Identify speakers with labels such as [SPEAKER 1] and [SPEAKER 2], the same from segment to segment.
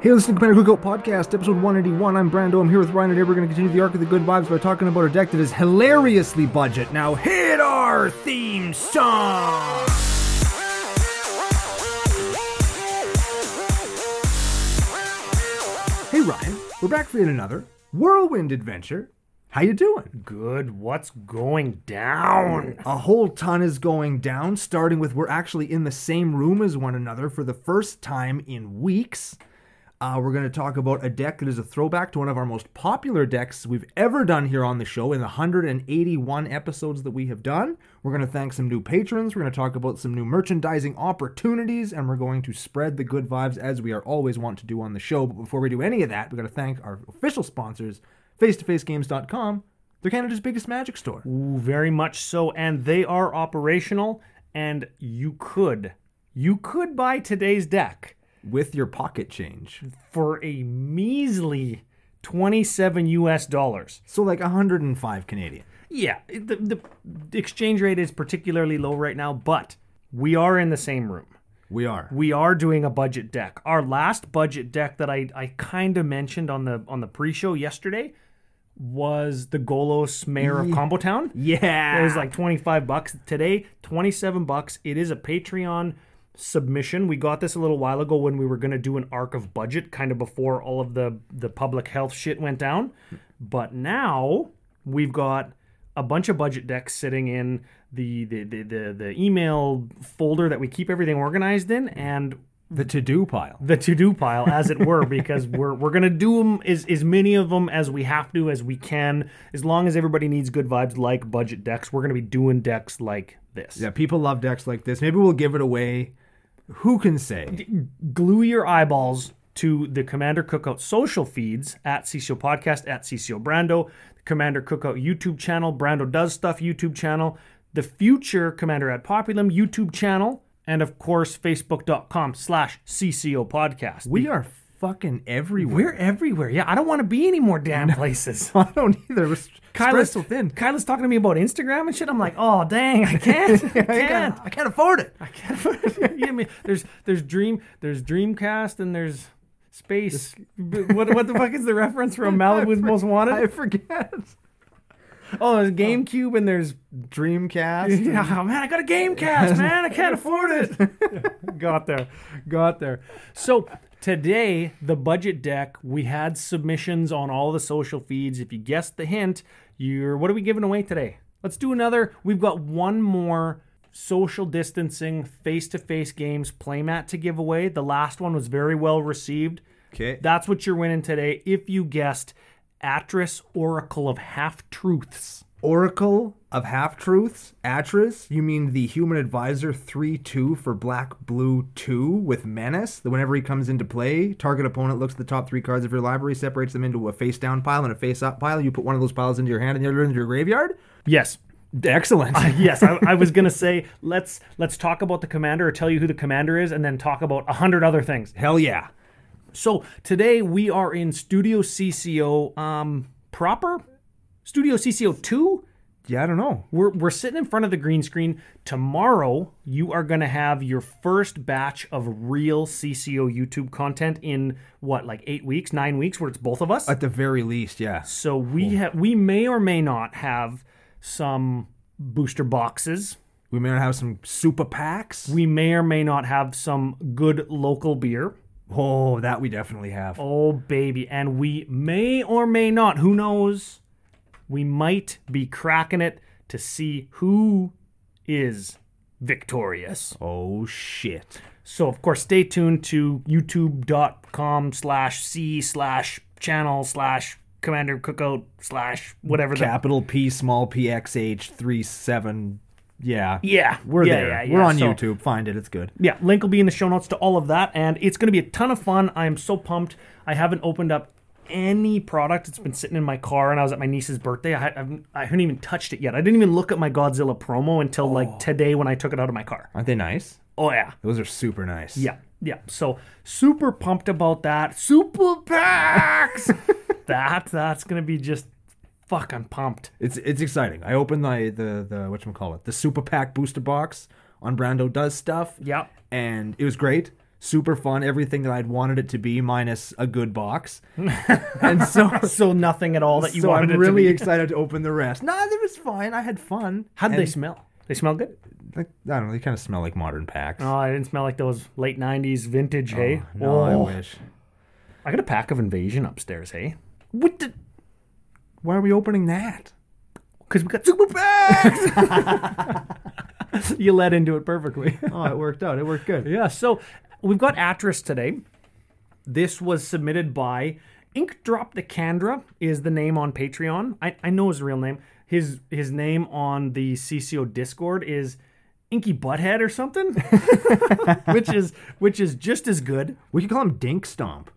[SPEAKER 1] Hey, listen to Commander Cookout Podcast, episode 181. I'm Brando. I'm here with Ryan, and today we're going to continue the arc of the good vibes by talking about a deck that is hilariously budget. Now, hit our theme song! Hey, Ryan. We're back for yet another whirlwind adventure. How you doing?
[SPEAKER 2] Good. What's going down?
[SPEAKER 1] A whole ton is going down, starting with we're actually in the same room as one another for the first time in weeks. Uh, we're going to talk about a deck that is a throwback to one of our most popular decks we've ever done here on the show in the 181 episodes that we have done. We're going to thank some new patrons. We're going to talk about some new merchandising opportunities, and we're going to spread the good vibes as we are always want to do on the show. But before we do any of that, we're going to thank our official sponsors, face-to-facegames.com. They're Canada's biggest magic store.
[SPEAKER 2] Ooh, very much so. And they are operational, and you could, you could buy today's deck
[SPEAKER 1] with your pocket change.
[SPEAKER 2] for a measly 27 US dollars.
[SPEAKER 1] So like 105 Canadian.
[SPEAKER 2] Yeah, the, the exchange rate is particularly low right now, but we are in the same room.
[SPEAKER 1] We are.
[SPEAKER 2] we are doing a budget deck. Our last budget deck that I, I kind of mentioned on the on the pre-show yesterday was the Golos Mayor of Combo Town.
[SPEAKER 1] Yeah.
[SPEAKER 2] It was like 25 bucks today, 27 bucks. It is a Patreon submission. We got this a little while ago when we were going to do an arc of budget kind of before all of the the public health shit went down. But now we've got a bunch of budget decks sitting in the the the the, the email folder that we keep everything organized in and
[SPEAKER 1] the to-do pile.
[SPEAKER 2] the to-do pile as it were because we're we're going to do them as as many of them as we have to as we can as long as everybody needs good vibes like budget decks we're going to be doing decks like this
[SPEAKER 1] Yeah, people love decks like this. Maybe we'll give it away. Who can say?
[SPEAKER 2] glue your eyeballs to the Commander Cookout social feeds at CCO Podcast, at CCO Brando, the Commander Cookout YouTube channel, Brando Does Stuff YouTube channel, the future Commander at Populum YouTube channel, and of course, facebook.com slash CCO Podcast.
[SPEAKER 1] We are fucking everywhere.
[SPEAKER 2] We're everywhere. Yeah, I don't want to be any more damn places.
[SPEAKER 1] I don't either. We're s- spread
[SPEAKER 2] Kyla's,
[SPEAKER 1] so thin.
[SPEAKER 2] Kyla's talking to me about Instagram and shit. I'm like, oh, dang, I can't. I
[SPEAKER 1] I
[SPEAKER 2] can't.
[SPEAKER 1] I can't afford it.
[SPEAKER 2] yeah, I mean, there's there's dream there's Dreamcast and there's space. B- What what the fuck is the reference from Malibu's Most
[SPEAKER 1] I
[SPEAKER 2] Wanted?
[SPEAKER 1] forget.
[SPEAKER 2] Oh, there's GameCube and there's
[SPEAKER 1] Dreamcast.
[SPEAKER 2] yeah, man, I got a GameCast, man. I can't afford it. got there, got there. So today, the budget deck. We had submissions on all the social feeds. If you guessed the hint, you're. What are we giving away today? Let's do another. We've got one more social distancing, face-to-face games playmat to give away. The last one was very well received.
[SPEAKER 1] Okay.
[SPEAKER 2] That's what you're winning today if you guessed Atris Oracle of Half Truths.
[SPEAKER 1] Oracle of Half Truths, Atris. You mean the Human Advisor 3 2 for Black Blue 2 with Menace? That whenever he comes into play, target opponent looks at the top three cards of your library, separates them into a face down pile and a face up pile. You put one of those piles into your hand and the other into your graveyard?
[SPEAKER 2] Yes,
[SPEAKER 1] Excellent.
[SPEAKER 2] yes, I, I was gonna say let's let's talk about the commander or tell you who the commander is, and then talk about a hundred other things.
[SPEAKER 1] Hell yeah.
[SPEAKER 2] So today we are in Studio CCO um, proper, Studio CCO two.
[SPEAKER 1] Yeah, I don't know.
[SPEAKER 2] We're we're sitting in front of the green screen. Tomorrow you are gonna have your first batch of real CCO YouTube content in what like eight weeks, nine weeks, where it's both of us.
[SPEAKER 1] At the very least, yeah.
[SPEAKER 2] So we ha- we may or may not have some booster boxes
[SPEAKER 1] We may have some super packs.
[SPEAKER 2] We may or may not have some good local beer.
[SPEAKER 1] oh, that we definitely have.
[SPEAKER 2] Oh, baby. And we may or may not, who knows, we might be cracking it to see who is victorious.
[SPEAKER 1] Oh, shit.
[SPEAKER 2] So, of course, stay tuned to youtube.com slash C slash channel slash Commander Cookout slash whatever the
[SPEAKER 1] Capital P, small p, x, h, 3, 7. Yeah.
[SPEAKER 2] yeah,
[SPEAKER 1] We're
[SPEAKER 2] yeah,
[SPEAKER 1] there.
[SPEAKER 2] yeah,
[SPEAKER 1] We're
[SPEAKER 2] yeah.
[SPEAKER 1] on
[SPEAKER 2] So-
[SPEAKER 1] YouTube. Find it. It's good.
[SPEAKER 2] Yeah, link will be in the show notes to all of that, and it's going to be a ton of fun. I am so pumped. I haven't opened up any product. It's been sitting in my car, and I was at my niece's birthday. I, haven't- I haven't even touched it yet. I didn't even look at my Godzilla promo until
[SPEAKER 1] Oh.
[SPEAKER 2] like today when I took it out of my car.
[SPEAKER 1] Aren't they nice?
[SPEAKER 2] Oh yeah,
[SPEAKER 1] Those are super nice.
[SPEAKER 2] yeah, yeah. So super pumped about that. Super packs. that that's going to be just fuck. I'm pumped.
[SPEAKER 1] It's it's exciting. I opened the the the whatchamacallit, the super pack booster box on Brando Does Stuff.
[SPEAKER 2] Yep.
[SPEAKER 1] And it was great. super fun, everything that I'd wanted it to be, minus a good box. and so,
[SPEAKER 2] So nothing at all that you
[SPEAKER 1] so I'm
[SPEAKER 2] wanted it
[SPEAKER 1] really
[SPEAKER 2] to be.
[SPEAKER 1] excited to open the rest. Nah, it was fine. I had fun.
[SPEAKER 2] How'd they
[SPEAKER 1] And-
[SPEAKER 2] smell? They smell good.
[SPEAKER 1] Like, I don't know. They kind of smell like modern packs.
[SPEAKER 2] Oh, I didn't smell like those late '90s vintage. hey,
[SPEAKER 1] no, I
[SPEAKER 2] Oh.
[SPEAKER 1] wish.
[SPEAKER 2] I got a pack of Invasion upstairs. Hey,
[SPEAKER 1] What? The, why are we opening that?
[SPEAKER 2] because we got
[SPEAKER 1] Super packs.
[SPEAKER 2] you led into it perfectly.
[SPEAKER 1] oh, it worked out. It worked good.
[SPEAKER 2] yeah. So we've got Atris today. This was submitted by Ink Drop the Candra is the name on Patreon. I, I know his real name. His his name on the CCO Discord is Inky Butthead or something, which is which is just as good.
[SPEAKER 1] We could call him Dink Stomp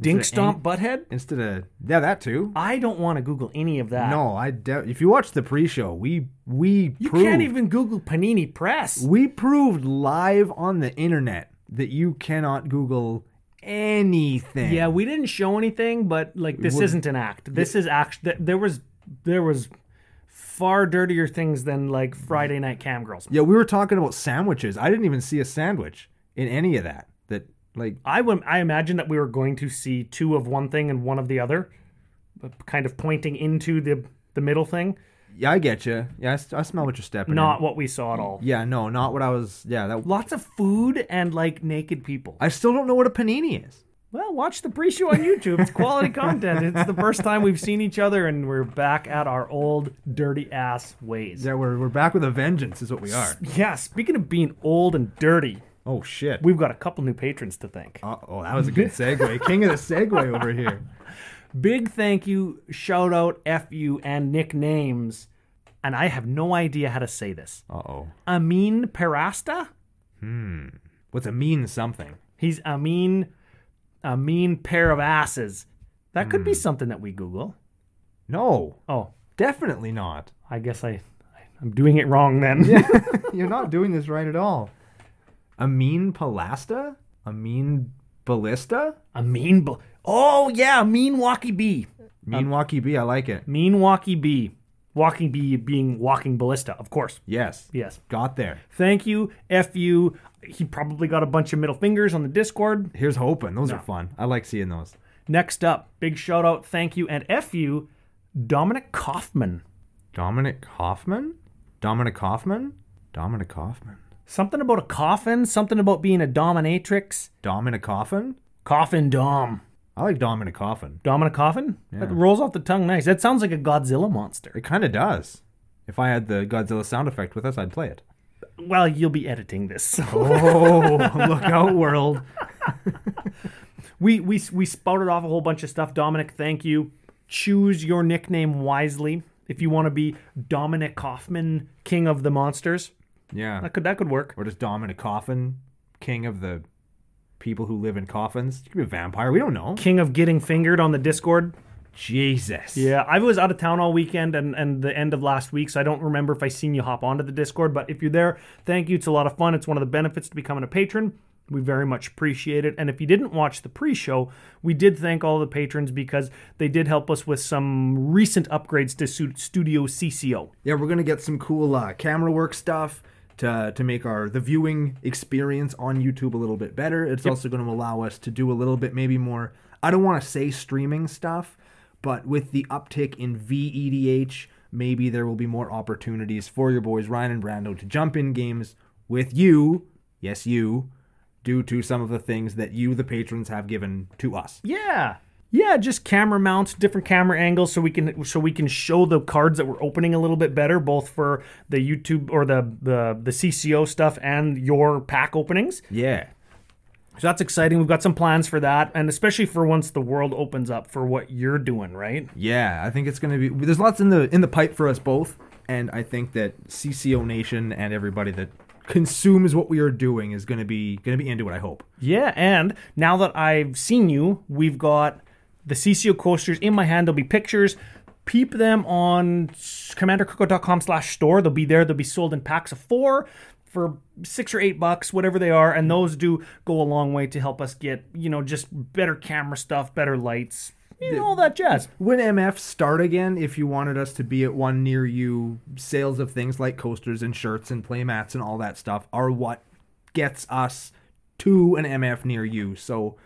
[SPEAKER 2] Dink Stomp Butthead.
[SPEAKER 1] instead of yeah that too.
[SPEAKER 2] I don't want to Google any of that.
[SPEAKER 1] No, I doubt. If you watch the pre-show, we we
[SPEAKER 2] Uh, you
[SPEAKER 1] proved
[SPEAKER 2] can't even Google Panini Press.
[SPEAKER 1] we proved live on the internet that you cannot Google anything.
[SPEAKER 2] Yeah, we didn't show anything, but like this isn't an act. This is actually there was there was far dirtier things than like Friday night cam girls.
[SPEAKER 1] yeah. We were talking about sandwiches. I didn't even see a sandwich in any of that. That like
[SPEAKER 2] I would I imagine that we were going to see two of one thing and one of the other, but kind of pointing into the the middle thing.
[SPEAKER 1] yeah, I get you. Yeah, I, s- I smell what you're stepping.
[SPEAKER 2] Not what we saw at all.
[SPEAKER 1] In. Yeah, no, not what I was. Yeah, that.
[SPEAKER 2] Lots of food and like naked people.
[SPEAKER 1] I still don't know what a panini is.
[SPEAKER 2] Well, watch the pre-show on YouTube. It's quality content. It's the first time we've seen each other, and we're back at our old dirty ass ways.
[SPEAKER 1] Yeah, we're, we're back with a vengeance, is what we are.
[SPEAKER 2] Yeah, speaking of being old and dirty,
[SPEAKER 1] Oh shit.
[SPEAKER 2] we've got a couple new patrons to thank.
[SPEAKER 1] Uh, oh, that was a good segue. King of the segue over here.
[SPEAKER 2] Big thank you, shout out, FU, and nicknames. And I have no idea how to say this.
[SPEAKER 1] Uh oh.
[SPEAKER 2] Amin Perasta?
[SPEAKER 1] What's a mean something?
[SPEAKER 2] He's a mean, a mean pair of asses. That could be something that we Google.
[SPEAKER 1] No,
[SPEAKER 2] Oh,
[SPEAKER 1] definitely not.
[SPEAKER 2] I guess I, I- I'm doing it wrong then.
[SPEAKER 1] You're not doing this right at all. A mean palasta? A mean ballista?
[SPEAKER 2] a mean, bu- oh yeah, a mean walkie bee.
[SPEAKER 1] Mean walkie bee, I like it.
[SPEAKER 2] Mean walkie bee. Walking bee being walking ballista, of course.
[SPEAKER 1] Yes.
[SPEAKER 2] Yes.
[SPEAKER 1] Got there.
[SPEAKER 2] Thank you, F you. He probably got a bunch of middle fingers on the Discord.
[SPEAKER 1] Here's hoping. Those are fun. I like seeing those.
[SPEAKER 2] Next up, big shout out, thank you, and F you, Dominic Kaufman.
[SPEAKER 1] Dominic Hoffman? Dominic Hoffman? Dominic Hoffman.
[SPEAKER 2] Something about a coffin, something about being a dominatrix.
[SPEAKER 1] Dominic Coffin?
[SPEAKER 2] Coffin Dom.
[SPEAKER 1] I like Dominic Coffin.
[SPEAKER 2] Dominic Coffin? That rolls off the tongue nice. That sounds like a Godzilla monster.
[SPEAKER 1] It kind of does. If I had the Godzilla sound effect with us, I'd play it.
[SPEAKER 2] Well, you'll be editing this. so-
[SPEAKER 1] Oh, look out, world.
[SPEAKER 2] we, we, we spouted off a whole bunch of stuff. Dominic, thank you. Choose your nickname wisely. If you want to be Dominic Kaufman, King of the Monsters,
[SPEAKER 1] Yeah.
[SPEAKER 2] that could, that could work.
[SPEAKER 1] Or just Dominic Coffin, king of the people who live in coffins. You could be a vampire. We don't know.
[SPEAKER 2] king of getting fingered on the Discord.
[SPEAKER 1] Jesus.
[SPEAKER 2] Yeah, I was out of town all weekend and, and the end of last week, so I don't remember if I seen you hop onto the Discord. But if you're there, thank you. It's a lot of fun. It's one of the benefits to becoming a patron. We very much appreciate it. And if you didn't watch the pre show, we did thank all the patrons because they did help us with some recent upgrades to Su- Studio CCO.
[SPEAKER 1] Yeah, we're gonna get some cool uh, camera work stuff to to make our the viewing experience on YouTube a little bit better. It's also going to allow us to do a little bit maybe more. I don't want to say streaming stuff, but with the uptick in VEDH, maybe there will be more opportunities for your boys Ryan and Brando to jump in games with you. Yes, you. Due to some of the things that you, the patrons, have given to us.
[SPEAKER 2] Yeah. Yeah, just camera mounts, different camera angles, so we can so we can show the cards that we're opening a little bit better, both for the YouTube or the the, the CCO stuff and your pack openings.
[SPEAKER 1] Yeah.
[SPEAKER 2] So that's exciting. We've got some plans for that, and especially for once the world opens up for what you're doing, right?
[SPEAKER 1] Yeah, I think it's going to be. There's lots in the in the pipe for us both, and I think that CCO Nation and everybody that consumes what we are doing is going to be going to be into it. I hope.
[SPEAKER 2] Yeah, and now that I've seen you, we've got the CCO coasters in my hand. There'll be pictures. Peep them on commandercoco.com slash store. They'll be there. They'll be sold in packs of four for six or eight bucks, whatever they are. And those do go a long way to help us get, you know, just better camera stuff, better lights, you know, all that jazz.
[SPEAKER 1] When MF start again, if you wanted us to be at one near you, sales of things like coasters and shirts and playmats and all that stuff are what gets us to an MF near you. So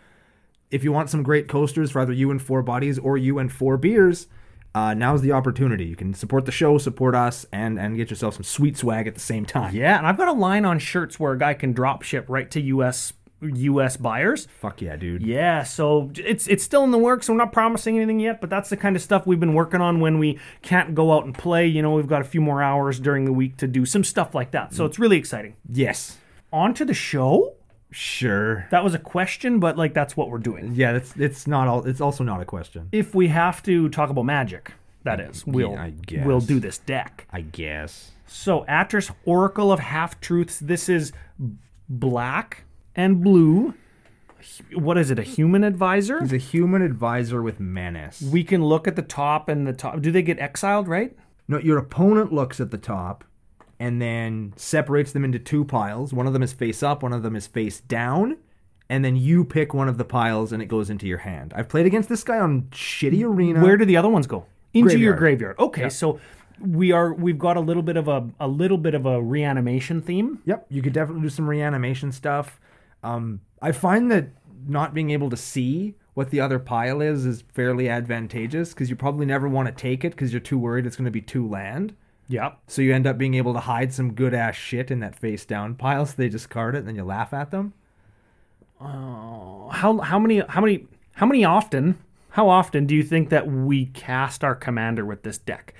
[SPEAKER 1] if you want some great coasters for either you and four bodies or you and four beers, uh, now's the opportunity. You can support the show, support us, and and get yourself some sweet swag at the same time.
[SPEAKER 2] Yeah, and I've got a line on shirts where a guy can drop ship right to US US buyers.
[SPEAKER 1] Fuck yeah, dude.
[SPEAKER 2] Yeah, so it's it's still in the works. We're not promising anything yet, but that's the kind of stuff we've been working on when we can't go out and play. You know, we've got a few more hours during the week to do some stuff like that. So it's really exciting.
[SPEAKER 1] Yes.
[SPEAKER 2] On to the show.
[SPEAKER 1] Sure.
[SPEAKER 2] That was a question, but like that's what we're doing.
[SPEAKER 1] Yeah, that's it's not all. It's also not a question.
[SPEAKER 2] If we have to talk about magic, that is, we'll
[SPEAKER 1] I guess.
[SPEAKER 2] we'll do this deck.
[SPEAKER 1] I guess.
[SPEAKER 2] So, Atra's Oracle of Half Truths. This is black and blue. What is it? A human advisor?
[SPEAKER 1] He's a human advisor with menace.
[SPEAKER 2] We can look at the top and the top. Do they get exiled, right?
[SPEAKER 1] No, your opponent looks at the top and then separates them into two piles. One of them is face up, one of them is face down, and then you pick one of the piles and it goes into your hand. I've played against this guy on shitty arena.
[SPEAKER 2] Where do the other ones go? Into your
[SPEAKER 1] Graveyard.
[SPEAKER 2] Uh, graveyard. Okay, so we are we've got a little bit of a a little bit of a reanimation theme.
[SPEAKER 1] Yep, you could definitely do some reanimation stuff. Um, I find that not being able to see what the other pile is is fairly advantageous because you probably never want to take it because you're too worried it's going to be two land.
[SPEAKER 2] Yep.
[SPEAKER 1] So you end up being able to hide some good ass shit in that face down pile, so they discard it and then you laugh at them.
[SPEAKER 2] How how many how many how many often how often do you think that we cast our commander with this deck?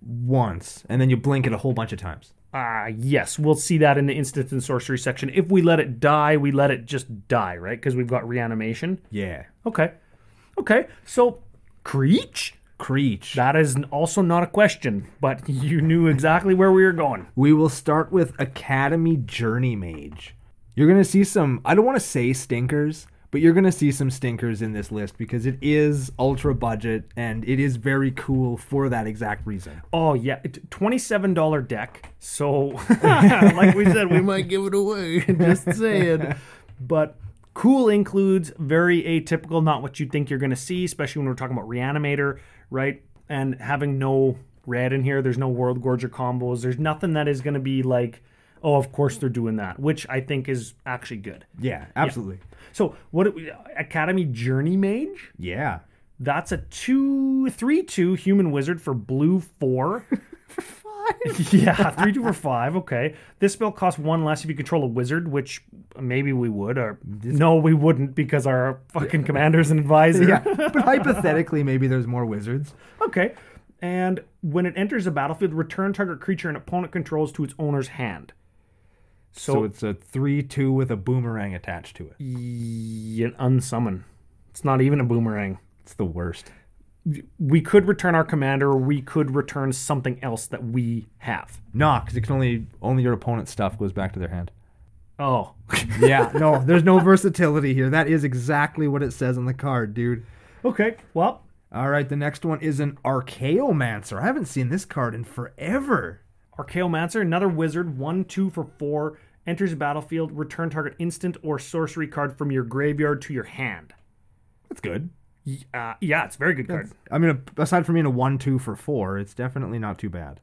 [SPEAKER 1] once, and then you blink it a whole bunch of times.
[SPEAKER 2] Ah, yes, we'll see that in the instant and sorcery section. If we let it die, we let it just die, right? Because we've got reanimation.
[SPEAKER 1] Yeah.
[SPEAKER 2] Okay, okay. So, Creech.
[SPEAKER 1] Creech.
[SPEAKER 2] That is n- also not a question, but you knew exactly where we were going.
[SPEAKER 1] we will start with Academy Journey Mage. You're going to see some, I don't want to say stinkers, but you're going to see some stinkers in this list because it is ultra budget and it is very cool for that exact reason.
[SPEAKER 2] Oh yeah, it- twenty-seven dollar deck. So, like we said, we might give it away. Just saying. But cool includes very atypical, not what you think you're going to see, especially when we're talking about reanimator, right? And having no red in here, there's no world gorger combos. There's nothing that is going to be like, oh, of course they're doing that, which I think is actually good.
[SPEAKER 1] Yeah, absolutely.
[SPEAKER 2] So, what do we- Academy Journey Mage?
[SPEAKER 1] Yeah.
[SPEAKER 2] That's a two, three, two human wizard for blue four. yeah, three, two, or five. Okay. This spell costs one less if you control a wizard, which maybe we would, or no, we wouldn't because our fucking commander's an advisor.
[SPEAKER 1] Yeah. but hypothetically, maybe there's more wizards.
[SPEAKER 2] Okay. And when it enters the battlefield, return target creature an opponent controls to its owner's hand. So,
[SPEAKER 1] So, it's a 3 2 with a boomerang attached to it.
[SPEAKER 2] you unsummon. It's not even a boomerang.
[SPEAKER 1] It's the worst.
[SPEAKER 2] We could return our commander, or we could return something else that we have.
[SPEAKER 1] Nah, because it can only, only your opponent's stuff goes back to their hand.
[SPEAKER 2] Oh.
[SPEAKER 1] Yeah, no, there's no versatility here. That is exactly what it says on the card, dude.
[SPEAKER 2] Okay. Well,
[SPEAKER 1] All right, the next one is an Archaeomancer. I haven't seen this card in forever.
[SPEAKER 2] Archaeomancer, another wizard, one, two for four, enters the battlefield, return target instant or sorcery card from your graveyard to your hand.
[SPEAKER 1] That's good.
[SPEAKER 2] Y- Uh, yeah, it's a very good card.
[SPEAKER 1] I mean, aside from being a 1 2 for 4, it's definitely not too bad.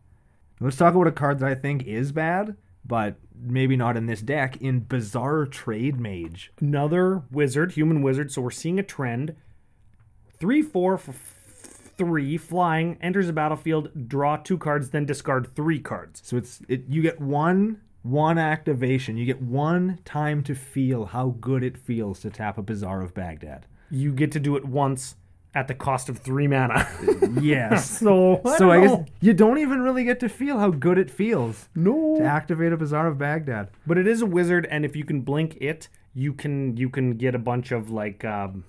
[SPEAKER 1] Let's talk about a card that I think is bad, but maybe not in this deck in Bizarre Trade Mage.
[SPEAKER 2] Another wizard, human wizard, so we're seeing a trend. Three, four for f- three, flying, enters the battlefield, draw two cards, then discard three cards.
[SPEAKER 1] So it's it, you get one one activation. You get one time to feel how good it feels to tap a Bizarre of Baghdad.
[SPEAKER 2] You get to do it once at the cost of three mana.
[SPEAKER 1] Yes.
[SPEAKER 2] so,
[SPEAKER 1] so
[SPEAKER 2] I, don't
[SPEAKER 1] I guess
[SPEAKER 2] know.
[SPEAKER 1] you don't even really get to feel how good it feels
[SPEAKER 2] no.
[SPEAKER 1] to activate a Bazaar of Baghdad.
[SPEAKER 2] But it is a wizard, and if you can blink it, you can you can get a bunch of like um,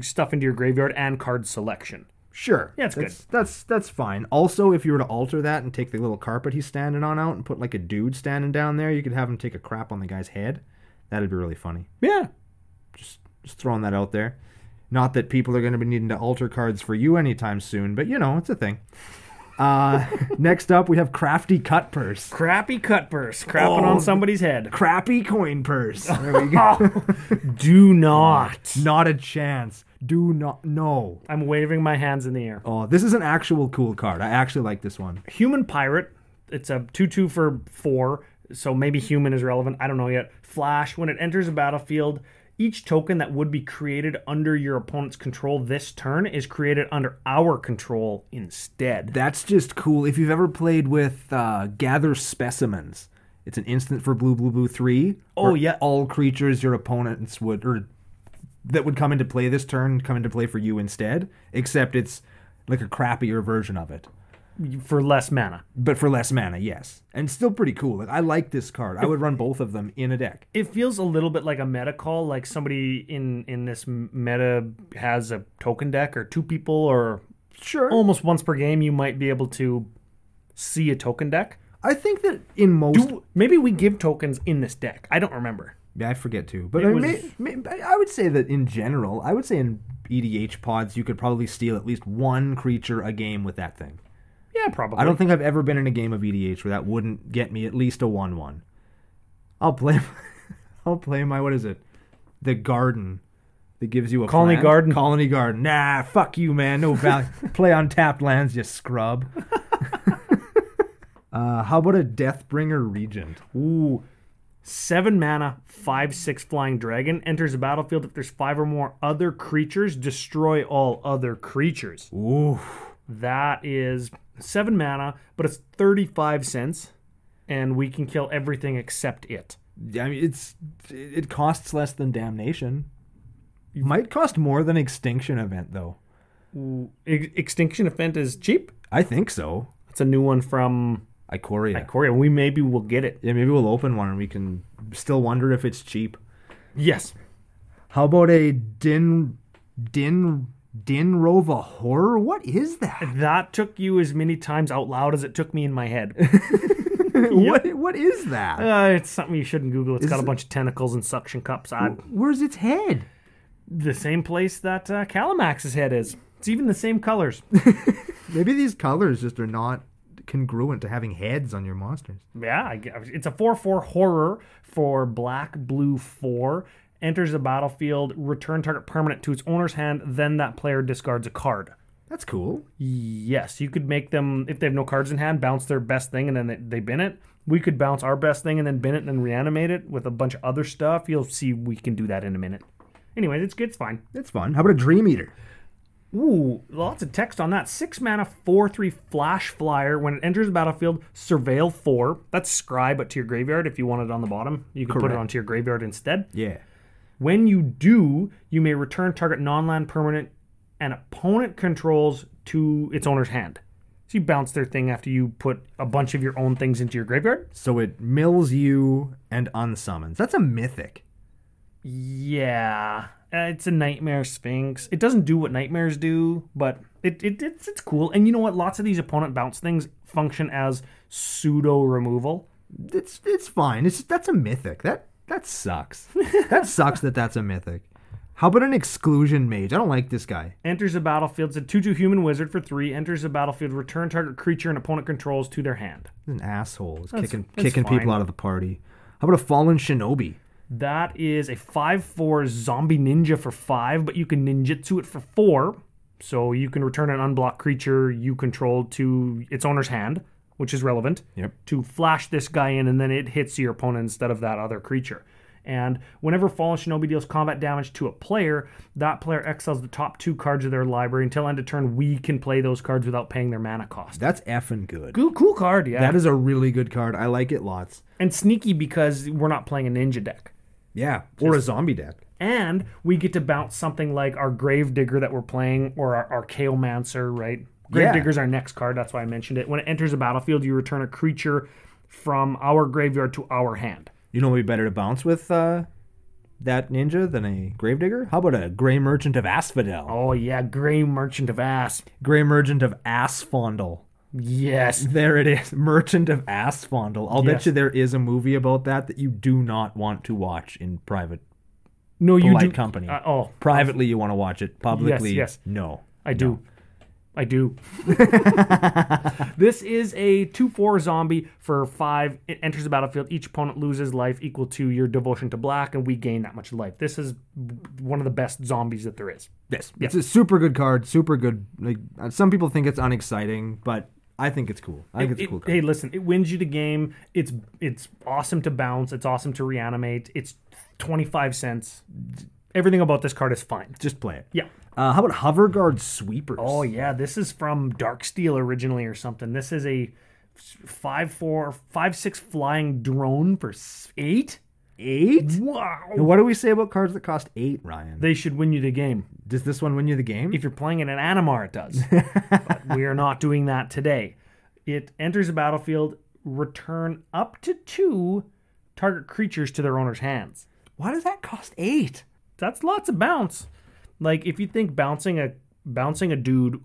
[SPEAKER 2] stuff into your graveyard and card selection.
[SPEAKER 1] Sure,
[SPEAKER 2] Yeah, it's good.
[SPEAKER 1] that's, That's that's fine. Also, if you were to alter that and take the little carpet he's standing on out and put like a dude standing down there, you could have him take a crap on the guy's head. That'd be really funny.
[SPEAKER 2] Yeah.
[SPEAKER 1] Just throwing that out there. Not that people are going to be needing to alter cards for you anytime soon, but you know it's a thing. Uh, next up, we have Crafty Cut Purse,
[SPEAKER 2] Crappy cut burst, crapping
[SPEAKER 1] Oh.
[SPEAKER 2] on somebody's head.
[SPEAKER 1] Crappy Coin Purse. There we go.
[SPEAKER 2] Do not.
[SPEAKER 1] Not a chance. Do not. No.
[SPEAKER 2] I'm waving my hands in the air.
[SPEAKER 1] Oh, this is an actual cool card. I actually like this one.
[SPEAKER 2] Human pirate. It's a two two for four. So maybe human is relevant. I don't know yet. Flash, when it enters a battlefield, each token that would be created under your opponent's control this turn is created under our control instead.
[SPEAKER 1] That's just cool. If you've ever played with uh, Gather Specimens, it's an instant for blue, blue, blue three.
[SPEAKER 2] Oh,
[SPEAKER 1] where
[SPEAKER 2] yeah.
[SPEAKER 1] all creatures your opponents would or that would come into play this turn come into play for you instead. Except it's like a crappier version of it,
[SPEAKER 2] for less mana.
[SPEAKER 1] but for less mana. Yes, and still pretty cool. Like, I like this card. I would run both of them in a deck.
[SPEAKER 2] It feels a little bit like a meta call, like somebody in in this m- meta has a token deck or two people or
[SPEAKER 1] Sure.
[SPEAKER 2] almost once per game you might be able to see a token deck.
[SPEAKER 1] I think that in most
[SPEAKER 2] Do, maybe we give tokens in this deck. I don't remember.
[SPEAKER 1] Yeah, I forget too. But I, mean,
[SPEAKER 2] was-
[SPEAKER 1] may- may- I would say that in general, I would say in EDH pods, you could probably steal at least one creature a game with that thing.
[SPEAKER 2] Yeah, probably.
[SPEAKER 1] I don't think I've ever been in a game of EDH where that wouldn't get me at least a one-one. I'll play. I'll play my what is it? The garden that gives you a
[SPEAKER 2] Colony
[SPEAKER 1] plant.
[SPEAKER 2] Garden?
[SPEAKER 1] Colony garden. Nah, fuck you, man. No value. play on tapped lands, you scrub. uh, how about a Deathbringer Regent?
[SPEAKER 2] Ooh. Seven mana, five six flying dragon enters the battlefield. If there's five or more other creatures, destroy all other creatures.
[SPEAKER 1] Ooh.
[SPEAKER 2] That is seven mana, but it's 35 cents, and we can kill everything except it.
[SPEAKER 1] I mean, it's it costs less than damnation. Might cost more than extinction event though.
[SPEAKER 2] Ooh, Ex- Extinction Event is cheap.
[SPEAKER 1] I think so.
[SPEAKER 2] That's a new one from
[SPEAKER 1] Ikoria.
[SPEAKER 2] Korea. We maybe will get it.
[SPEAKER 1] yeah, maybe we'll open one and we can still wonder if it's cheap.
[SPEAKER 2] Yes.
[SPEAKER 1] How about a Din Din Dinrova horror? What is that?
[SPEAKER 2] That took you as many times out loud as it took me in my head.
[SPEAKER 1] what what is that?
[SPEAKER 2] Uh, it's something you shouldn't Google. It's got a bunch of tentacles and suction cups. I,
[SPEAKER 1] Where's its head?
[SPEAKER 2] the same place that uh, Calamax's head is. It's even the same colors.
[SPEAKER 1] Maybe these colors just are not congruent to having heads on your monsters.
[SPEAKER 2] Yeah, I gu- it's a 4 4 horror for black, blue, 4. Enters the battlefield, return target permanent to its owner's hand, then that player discards a card.
[SPEAKER 1] That's cool.
[SPEAKER 2] Yes, you could make them, if they have no cards in hand, bounce their best thing and then they, they bin it. We could bounce our best thing and then bin it and then reanimate it with a bunch of other stuff. You'll see we can do that in a minute. Anyway, it's good. It's fine.
[SPEAKER 1] That's fun. How about a Dream Eater?
[SPEAKER 2] Ooh, lots of text on that. Six mana, four three flash flyer. When it enters the battlefield, surveil four. That's scry, but to your graveyard if you want it on the bottom. You can put it
[SPEAKER 1] Correct.
[SPEAKER 2] onto your graveyard instead.
[SPEAKER 1] Yeah.
[SPEAKER 2] When you do, you may return target non-land permanent an opponent controls to its owner's hand. So you bounce their thing after you put a bunch of your own things into your graveyard.
[SPEAKER 1] So it mills you and unsummons. That's a mythic.
[SPEAKER 2] Yeah, uh, it's a nightmare sphinx. It doesn't do what nightmares do, but it, it it's it's cool. And you know what? Lots of these opponent bounce things function as pseudo removal.
[SPEAKER 1] It's it's fine. It's that's a mythic. That that sucks. that sucks that that's a mythic. How about an exclusion mage? I don't like this guy.
[SPEAKER 2] Enters the battlefield. It's a two two human wizard for three. Enters the battlefield. Return target creature and opponent controls to their hand.
[SPEAKER 1] He's an asshole. He's kicking
[SPEAKER 2] that's
[SPEAKER 1] kicking people
[SPEAKER 2] fine.
[SPEAKER 1] out of the party. How about a fallen shinobi?
[SPEAKER 2] That is a 5 4 zombie ninja for 5, but you can ninjutsu it for 4. So you can return an unblocked creature you control to its owner's hand, which is relevant,
[SPEAKER 1] Yep.
[SPEAKER 2] to flash this guy in, and then it hits your opponent instead of that other creature. And whenever Fallen Shinobi deals combat damage to a player, that player exiles the top two cards of their library until end of turn. We can play those cards without paying their mana cost.
[SPEAKER 1] That's effing good.
[SPEAKER 2] Cool, cool card, yeah.
[SPEAKER 1] That is a really good card. I like it lots.
[SPEAKER 2] and sneaky because we're not playing a ninja deck.
[SPEAKER 1] Yeah. Or a zombie deck.
[SPEAKER 2] and we get to bounce something like our Gravedigger that we're playing or our, our Kaomancer, right? Gravedigger's our next card, that's why I mentioned it. When it enters a battlefield, you return a creature from our graveyard to our hand.
[SPEAKER 1] You know what would be better to bounce with uh, that ninja than a gravedigger? How about a gray merchant of Asphodel?
[SPEAKER 2] Oh, yeah, Grey Merchant of Ass.
[SPEAKER 1] Gray merchant of Assfondle.
[SPEAKER 2] Yes.
[SPEAKER 1] There it is, Merchant of Assfondle. I'll bet
[SPEAKER 2] Yes.
[SPEAKER 1] you there is a movie about that that you do not want to watch in private,
[SPEAKER 2] No, you
[SPEAKER 1] polite
[SPEAKER 2] do.
[SPEAKER 1] company.
[SPEAKER 2] Uh, oh,
[SPEAKER 1] Privately, you want to watch it. Publicly,
[SPEAKER 2] yes.
[SPEAKER 1] no.
[SPEAKER 2] I do. I do. this is a 2 4 zombie for 5. It enters the battlefield. Each opponent loses life equal to your devotion to black, and we gain that much life. This is one of the best zombies that there is.
[SPEAKER 1] Yes, it's a super good card. Super good. Like uh, some people think it's unexciting, but I think it's cool. I think it's a
[SPEAKER 2] It-
[SPEAKER 1] cool. card.
[SPEAKER 2] hey, listen, it wins you the game. It's it's awesome to bounce. It's awesome to reanimate. It's twenty five cents. Everything about this card is fine.
[SPEAKER 1] Just play it.
[SPEAKER 2] Yeah.
[SPEAKER 1] Uh, how about hover guard sweepers?
[SPEAKER 2] Oh yeah, this is from Darksteel originally or something. This is a five four five six flying drone for s- eight.
[SPEAKER 1] eight.
[SPEAKER 2] Wow.
[SPEAKER 1] And what do we say about cards that cost eight, Ryan?
[SPEAKER 2] They should win you the game.
[SPEAKER 1] Does this one win you the game?
[SPEAKER 2] If you're playing it in Animar, it does. but we are not doing that today. It enters the battlefield, return up to two target creatures to their owner's hands.
[SPEAKER 1] Why does that cost eight?
[SPEAKER 2] That's lots of bounce. Like if you think bouncing a bouncing a dude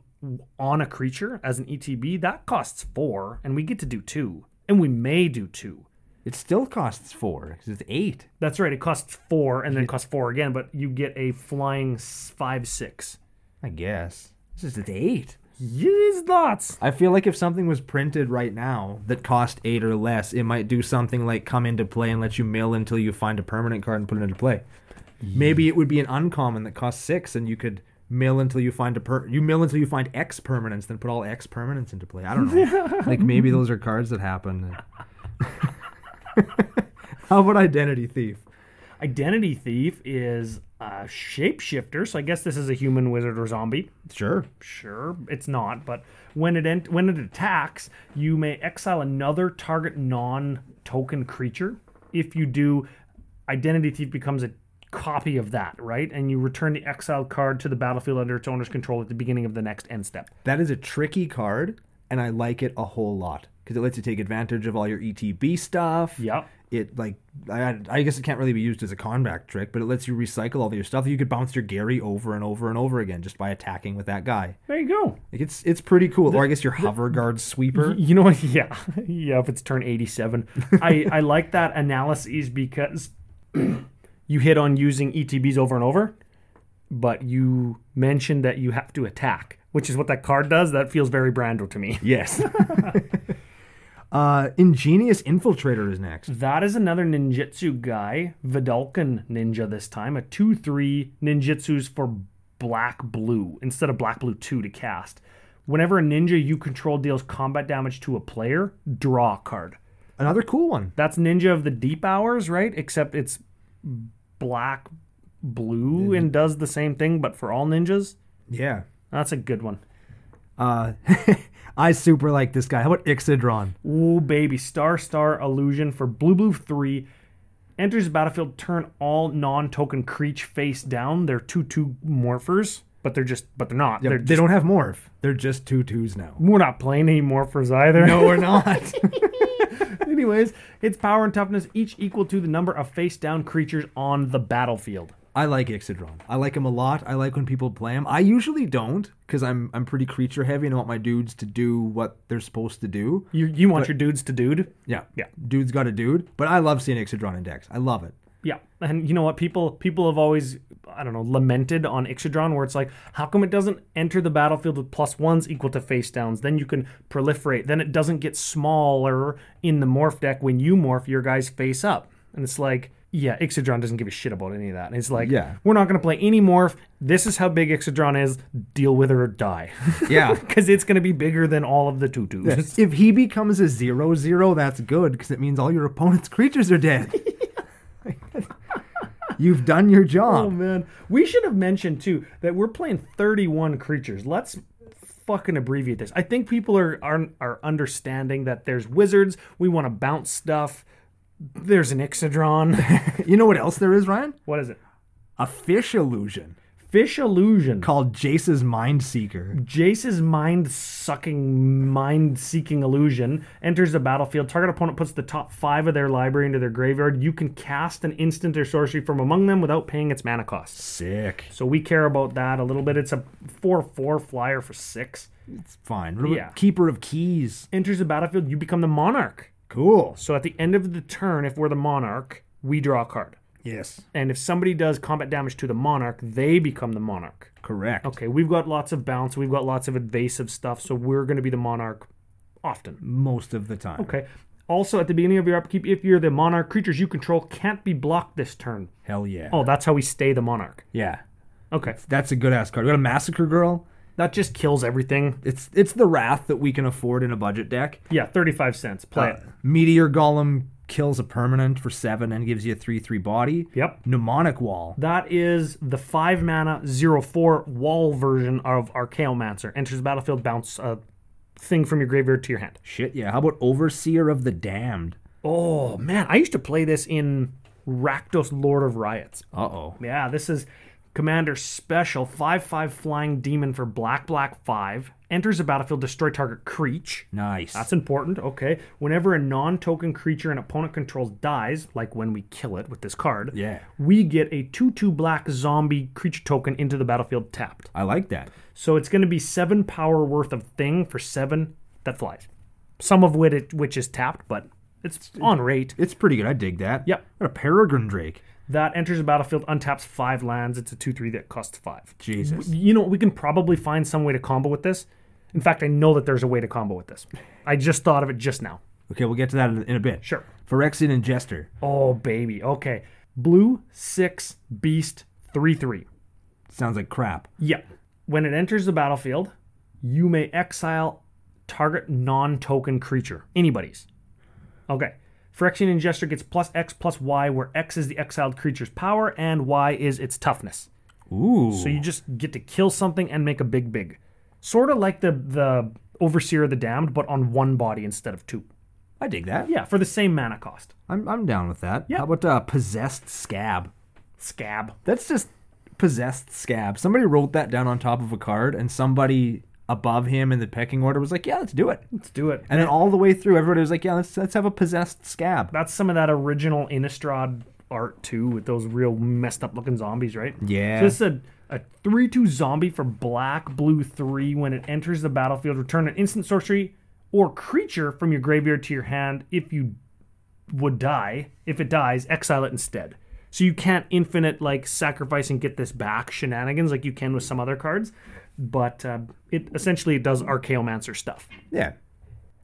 [SPEAKER 2] on a creature as an ETB, that costs four, and we get to do two. And we may do two.
[SPEAKER 1] It still costs four because it's eight.
[SPEAKER 2] That's right, it costs four and then it costs four again, but you get a flying s- five six.
[SPEAKER 1] I guess. This is it's eight.
[SPEAKER 2] Yes, lots.
[SPEAKER 1] I feel like if something was printed right now that cost eight or less, it might do something like come into play and let you mill until you find a permanent card and put it into play. Maybe it would be an uncommon that costs six, and you could mill until you find a per. You mill until you find X permanents, then put all X permanents into play. I don't know. like maybe those are cards that happen. How about Identity Thief?
[SPEAKER 2] Identity Thief is a shapeshifter, so I guess this is a human wizard or zombie.
[SPEAKER 1] Sure.
[SPEAKER 2] Sure, it's not, but when it ent- when it attacks, you may exile another target non-token creature. If you do, Identity Thief becomes a copy of that, right? And you return the exiled card to the battlefield under its owner's control at the beginning of the next end step.
[SPEAKER 1] That is a tricky card, and I like it a whole lot because it lets you take advantage of all your ETB stuff.
[SPEAKER 2] Yep.
[SPEAKER 1] It like I, I guess it can't really be used as a combat trick, but it lets you recycle all of your stuff. You could bounce your Gary over and over and over again just by attacking with that guy.
[SPEAKER 2] There you go.
[SPEAKER 1] Like it's it's pretty cool. or I guess your hover guard sweeper.
[SPEAKER 2] You know what? Yeah, yeah. If it's turn eighty-seven, I I like that analysis because you hit on using ETBs over and over, but you mentioned that you have to attack, which is what that card does. That feels very Brando to me.
[SPEAKER 1] yes. uh, ingenious infiltrator is next.
[SPEAKER 2] That is another ninjutsu guy, Vidalcan ninja this time, a 2 3 ninjutsus for black blue instead of black blue 2 to cast. Whenever a ninja you control deals combat damage to a player, draw a card.
[SPEAKER 1] Another cool one.
[SPEAKER 2] That's Ninja of the Deep Hours, right? Except it's black, blue, and does the same thing, but for all ninjas.
[SPEAKER 1] Yeah.
[SPEAKER 2] That's a good one.
[SPEAKER 1] Uh, I super like this guy. How about Ixodron?
[SPEAKER 2] Ooh, baby. Star Star Illusion for Blue Blue 3. Enters the battlefield, turn all non token creature face down. They're 2 2 morphers, but they're just, but they're not. they're
[SPEAKER 1] They
[SPEAKER 2] just,
[SPEAKER 1] don't have morph. They're just two twos now.
[SPEAKER 2] we're not playing any morphers either.
[SPEAKER 1] No, we're not.
[SPEAKER 2] Anyways, its power and toughness each equal to the number of face down creatures on the battlefield.
[SPEAKER 1] I like Ixodron. I like him a lot. I like when people play him. I usually don't because I'm I'm pretty creature heavy and I want my dudes to do what they're supposed to do.
[SPEAKER 2] You, you want your dudes to dude?
[SPEAKER 1] Yeah,
[SPEAKER 2] Yeah.
[SPEAKER 1] Dude's got a dude, but I love seeing Ixodron in decks. I love it.
[SPEAKER 2] Yeah, and you know what? People people have always I don't know lamented on Ixodron where it's like, how come it doesn't enter the battlefield with plus ones equal to face downs? Then you can proliferate. Then it doesn't get smaller in the morph deck when you morph your guys face up. And it's like, yeah, Ixodron doesn't give a shit about any of that. And it's like,
[SPEAKER 1] Yeah.
[SPEAKER 2] we're not going to play any morph. This is how big Ixodron is. Deal with it or die,
[SPEAKER 1] Yeah.
[SPEAKER 2] because it's going to be bigger than all of the tutus.
[SPEAKER 1] if he becomes a zero zero, that's good because it means all your opponent's creatures are dead. You've done your
[SPEAKER 2] Oh
[SPEAKER 1] job.
[SPEAKER 2] man, we should have mentioned too that we're playing 31 creatures. Let's fucking abbreviate this. I think people are are, are understanding that there's wizards. We want to bounce stuff. There's an Ixodron.
[SPEAKER 1] You know what else there is, Ryan?
[SPEAKER 2] what is it?
[SPEAKER 1] A fish illusion
[SPEAKER 2] Fish illusion.
[SPEAKER 1] called Jace's Mind Seeker.
[SPEAKER 2] Jace's mind sucking, mind seeking illusion enters the battlefield. Target opponent puts the top five of their library into their graveyard. You can cast an instant or sorcery from among them without paying its mana cost.
[SPEAKER 1] Sick.
[SPEAKER 2] So we care about that a little bit. It's a 4 4 flyer for six.
[SPEAKER 1] It's fine. What about
[SPEAKER 2] Yeah.
[SPEAKER 1] Keeper of Keys.
[SPEAKER 2] Enters the battlefield, you become the monarch.
[SPEAKER 1] Cool.
[SPEAKER 2] So at the end of the turn, if we're the monarch, we draw a card.
[SPEAKER 1] Yes.
[SPEAKER 2] And if somebody does combat damage to the monarch, they become the monarch.
[SPEAKER 1] Correct.
[SPEAKER 2] Okay, we've got lots of bounce, we've got lots of invasive stuff, so we're going to be the monarch often.
[SPEAKER 1] most of the time.
[SPEAKER 2] Okay. Also, at the beginning of your upkeep, if you're the monarch, creatures you control can't be blocked this turn.
[SPEAKER 1] Hell yeah.
[SPEAKER 2] Oh, that's how we stay the monarch.
[SPEAKER 1] Yeah.
[SPEAKER 2] Okay.
[SPEAKER 1] That's a good ass card. We got a Massacre Girl.
[SPEAKER 2] That just kills everything.
[SPEAKER 1] It's it's the wrath that we can afford in a budget deck.
[SPEAKER 2] Yeah, 35 cents. Play
[SPEAKER 1] Uh,
[SPEAKER 2] it.
[SPEAKER 1] Meteor Golem kills a permanent for seven and gives you a three three body.
[SPEAKER 2] Yep.
[SPEAKER 1] Mnemonic Wall.
[SPEAKER 2] That is the five mana zero four wall version of Archaeomancer. Enters the battlefield, bounce a thing from your graveyard to your hand.
[SPEAKER 1] Shit, yeah. How about Overseer of the Damned?
[SPEAKER 2] Oh man, I used to play this in Rakdos Lord of Riots.
[SPEAKER 1] Uh oh.
[SPEAKER 2] Yeah, this is Commander Special 5 5 Flying Demon for Black Black 5. Enters the battlefield, destroy target Creech.
[SPEAKER 1] Nice.
[SPEAKER 2] That's important. Okay. Whenever a non token creature an opponent controls dies, like when we kill it with this card,
[SPEAKER 1] Yeah.
[SPEAKER 2] we get a 2 2 black zombie creature token into the battlefield tapped.
[SPEAKER 1] I like that.
[SPEAKER 2] So it's going to be seven power worth of thing for seven that flies. Some of which, it, which is tapped, but it's on rate.
[SPEAKER 1] It's pretty good. I dig that.
[SPEAKER 2] Yep.
[SPEAKER 1] What a Peregrine Drake.
[SPEAKER 2] That enters the battlefield, untaps five lands. It's a 2 3 that costs five.
[SPEAKER 1] Jesus.
[SPEAKER 2] You know, we can probably find some way to combo with this. In fact, I know that there's a way to combo with this. I just thought of it just now.
[SPEAKER 1] Okay, we'll get to that in in a bit.
[SPEAKER 2] Sure.
[SPEAKER 1] Phyrexian and Jester.
[SPEAKER 2] Oh, baby. Okay. Blue, six, beast, three, three.
[SPEAKER 1] Sounds like crap.
[SPEAKER 2] Yeah. When it enters the battlefield, you may exile target non token creature. Anybody's. Okay. Phyrexian Ingester gets plus X plus Y, where X is the exiled creature's power and Y is its toughness.
[SPEAKER 1] Ooh.
[SPEAKER 2] So you just get to kill something and make a big, big. Sort of like the, the Overseer of the Damned, but on one body instead of two.
[SPEAKER 1] I dig that.
[SPEAKER 2] Yeah, for the same mana cost.
[SPEAKER 1] I'm, I'm down with that. How about uh, Possessed Scab?
[SPEAKER 2] Scab.
[SPEAKER 1] That's just Possessed Scab. Somebody wrote that down on top of a card, and somebody above him in the pecking order was like, yeah, let's do it.
[SPEAKER 2] Let's do it.
[SPEAKER 1] And then all the way through, everybody was like, yeah, let's, let's have a Possessed Scab.
[SPEAKER 2] That's some of that original Innistrad art too, with those real messed up looking zombies, right?
[SPEAKER 1] Yeah.
[SPEAKER 2] So this is a, a three two zombie for black blue three. When it enters the battlefield, return an instant sorcery or creature from your graveyard to your hand. If you would die, if it dies, exile it instead. So you can't infinite like sacrifice and get this back shenanigans like you can with some other cards, but uh, it essentially it does Archaeomancer stuff.
[SPEAKER 1] Yeah.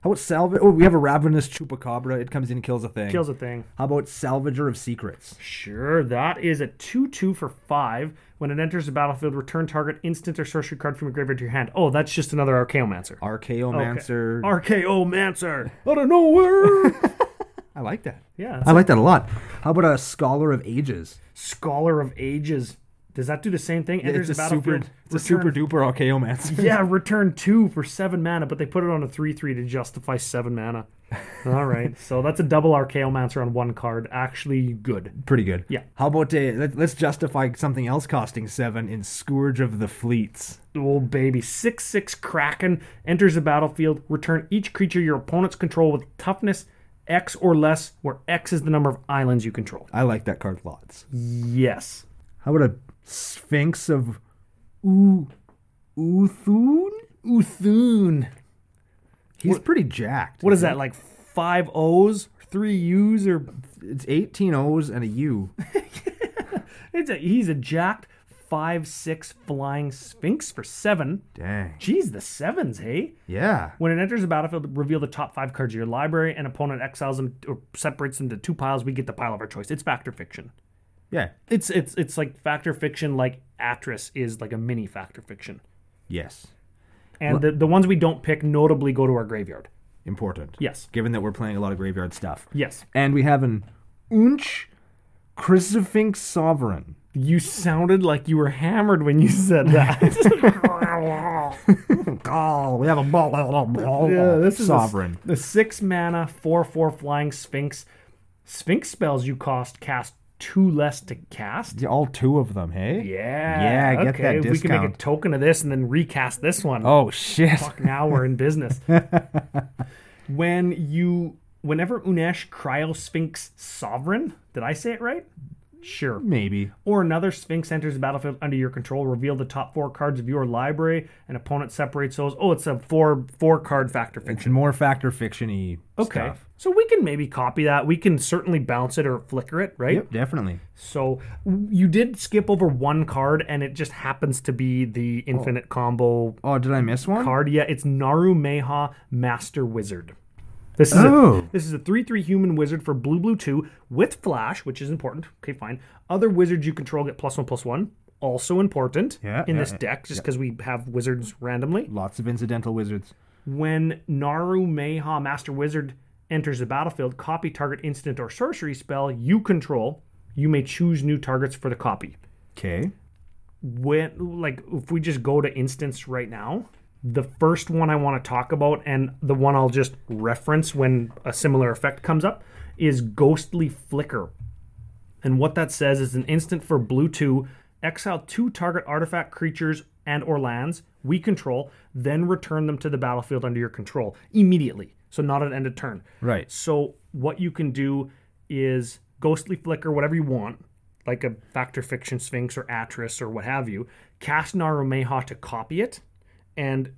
[SPEAKER 1] How about Salvage? Oh, we have a Ravenous Chupacabra. It comes in and kills a thing.
[SPEAKER 2] Kills a thing.
[SPEAKER 1] How about Salvager of Secrets?
[SPEAKER 2] Sure, that is a 2 2 for 5. When it enters the battlefield, return target instant or sorcery card from your graveyard to your hand. Oh, that's just another Archaeomancer.
[SPEAKER 1] Archaeomancer.
[SPEAKER 2] Archaeomancer! Out of nowhere!
[SPEAKER 1] I like that.
[SPEAKER 2] yeah.
[SPEAKER 1] I like that a lot. How about a Scholar of Ages?
[SPEAKER 2] Scholar of Ages. Does that do the same thing? Enters the battlefield.
[SPEAKER 1] it's a super duper Archaeomancer.
[SPEAKER 2] yeah, return 2 for 7 mana, but they put it on a 3 3 to justify 7 mana. All right, so that's a double Archaeomancer on one card. Actually, good.
[SPEAKER 1] Pretty good.
[SPEAKER 2] Yeah.
[SPEAKER 1] How about a, let, let's justify something else costing seven in Scourge of the Fleets.
[SPEAKER 2] Oh baby, six six Kraken enters the battlefield. Return each creature your opponents control with toughness X or less, where X is the number of islands you control.
[SPEAKER 1] I like that card lots.
[SPEAKER 2] Yes.
[SPEAKER 1] How about a Sphinx of U Uthun?
[SPEAKER 2] Uthun.
[SPEAKER 1] He's pretty jacked.
[SPEAKER 2] What is that like? Five O's, three U's, or
[SPEAKER 1] It's 18 O's and a U.
[SPEAKER 2] it's a he's a jacked five six flying Sphinx for seven.
[SPEAKER 1] Dang.
[SPEAKER 2] Geez, the sevens, hey.
[SPEAKER 1] Yeah.
[SPEAKER 2] When it enters the battlefield, reveal the top five cards of your library, and opponent exiles them or separates them to two piles. We get the pile of our choice. It's factor fiction.
[SPEAKER 1] Yeah.
[SPEAKER 2] It's it's it's like factor fiction, like actress is like a mini factor fiction,
[SPEAKER 1] Yes.
[SPEAKER 2] and the, the ones we don't pick notably go to our graveyard.
[SPEAKER 1] Important.
[SPEAKER 2] Yes,
[SPEAKER 1] Given that we're playing a lot of graveyard stuff.
[SPEAKER 2] yes.
[SPEAKER 1] And we have an Unch Crucifix Sovereign.
[SPEAKER 2] You sounded like you were hammered when you said that.
[SPEAKER 1] Oh, we have a blah, blah, blah, blah,
[SPEAKER 2] yeah, this is a s-
[SPEAKER 1] Oh, Sovereign.
[SPEAKER 2] the six mana four four flying sphinx. Sphinx spells you cost cast two less to cast.
[SPEAKER 1] Yeah, All two of them, hey?
[SPEAKER 2] Yeah,
[SPEAKER 1] Yeah, get
[SPEAKER 2] okay.
[SPEAKER 1] that
[SPEAKER 2] We can make a
[SPEAKER 1] discount.
[SPEAKER 2] token of this and then recast this one.
[SPEAKER 1] Oh, shit.
[SPEAKER 2] Fuck, now we're in business. when you, whenever Unesh Cryo Sphinx Sovereign, did I say it right? Sure.
[SPEAKER 1] Maybe.
[SPEAKER 2] Or another Sphinx enters the battlefield under your control. Reveal the top four cards of your library. An opponent separates those. Oh, it's a four four card factor fiction.
[SPEAKER 1] It's more factor fiction y
[SPEAKER 2] Okay.
[SPEAKER 1] stuff.
[SPEAKER 2] So we can maybe copy that. We can certainly bounce it or flicker it, right?
[SPEAKER 1] Yep, definitely.
[SPEAKER 2] So w- you did skip over one card, and it just happens to be the infinite combo
[SPEAKER 1] Oh, did I miss one?
[SPEAKER 2] card. Yeah, it's Naru Meha, Master Wizard. This is
[SPEAKER 1] Oh.
[SPEAKER 2] a, this is a three three human wizard for blue blue two with flash, which is important. Okay, fine. Other wizards you control get plus one plus one. also important
[SPEAKER 1] Yeah,
[SPEAKER 2] in
[SPEAKER 1] yeah,
[SPEAKER 2] this
[SPEAKER 1] yeah,
[SPEAKER 2] deck, just because we have wizards randomly.
[SPEAKER 1] Lots of incidental wizards.
[SPEAKER 2] When Naru Meha, Master Wizard, enters the battlefield, copy target instant or sorcery spell you control. You may choose new targets for the copy.
[SPEAKER 1] Okay.
[SPEAKER 2] when like if we just go to instance right now the first one i want to talk about and the one i'll just reference when a similar effect comes up is ghostly flicker and what that says is an instant for blue 2 exile two target artifact creatures and or lands we control then return them to the battlefield under your control immediately so not at end of turn
[SPEAKER 1] Right.
[SPEAKER 2] so what you can do is ghostly flicker whatever you want, like a factor fiction sphinx or atris or what have you. Cast Narumeha to copy it, and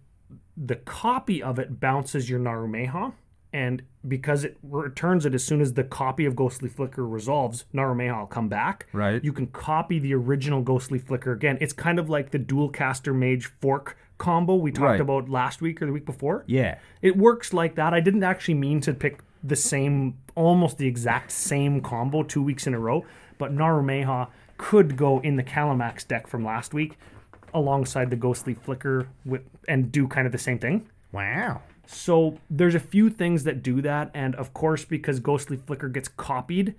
[SPEAKER 2] the copy of it bounces your Narumeha. And because it returns it as soon as the copy of Ghostly Flicker resolves, Narumeha will come back.
[SPEAKER 1] Right.
[SPEAKER 2] You can copy the original Ghostly Flicker again. It's kind of like the dual caster mage fork combo we talked
[SPEAKER 1] Right.
[SPEAKER 2] about last week or the week before.
[SPEAKER 1] Yeah.
[SPEAKER 2] It works like that. I didn't actually mean to pick the same, almost the exact same combo two weeks in a row, but Narumeha could go in the Calamax deck from last week alongside the Ghostly Flicker wi- and do kind of the same thing.
[SPEAKER 1] Wow.
[SPEAKER 2] So there's a few things that do that, and of course, because Ghostly Flicker gets copied,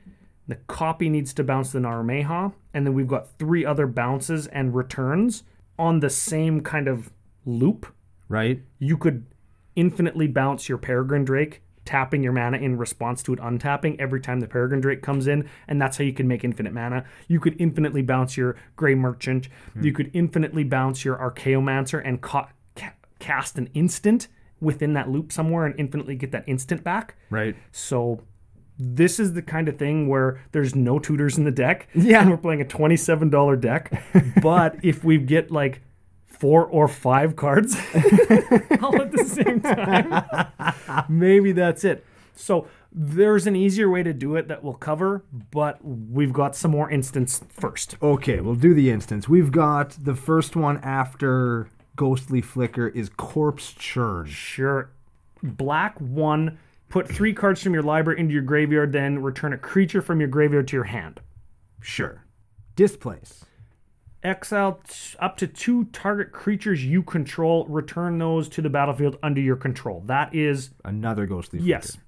[SPEAKER 2] the copy needs to bounce the Narumeha, and then we've got three other bounces and returns on the same kind of loop
[SPEAKER 1] Right.
[SPEAKER 2] you could infinitely bounce your Peregrine Drake, tapping your mana in response to it untapping every time the Peregrine Drake comes in, and that's how you can make infinite mana. You could infinitely bounce your Grey Merchant. You could infinitely bounce your Archaeomancer and ca- ca- cast an instant within that loop somewhere and infinitely get that instant back.
[SPEAKER 1] Right.
[SPEAKER 2] So this is the kind of thing where there's no tutors in the deck.
[SPEAKER 1] Yeah.
[SPEAKER 2] And we're playing a $27 deck. but if we get like four or five cards all at the same time, maybe that's it. So there's an easier way to do it that we'll cover, but we've got some more instance first.
[SPEAKER 1] Okay, we'll do the instance. We've got the first one after Ghostly Flicker is Corpse Churn.
[SPEAKER 2] Sure. Black one, put three cards from your library into your graveyard, then return a creature from your graveyard to your hand.
[SPEAKER 1] Sure. Displace.
[SPEAKER 2] Exile t- up to two target creatures you control. Return those to the battlefield under your control. That is
[SPEAKER 1] Another Ghostly Flicker.
[SPEAKER 2] yes.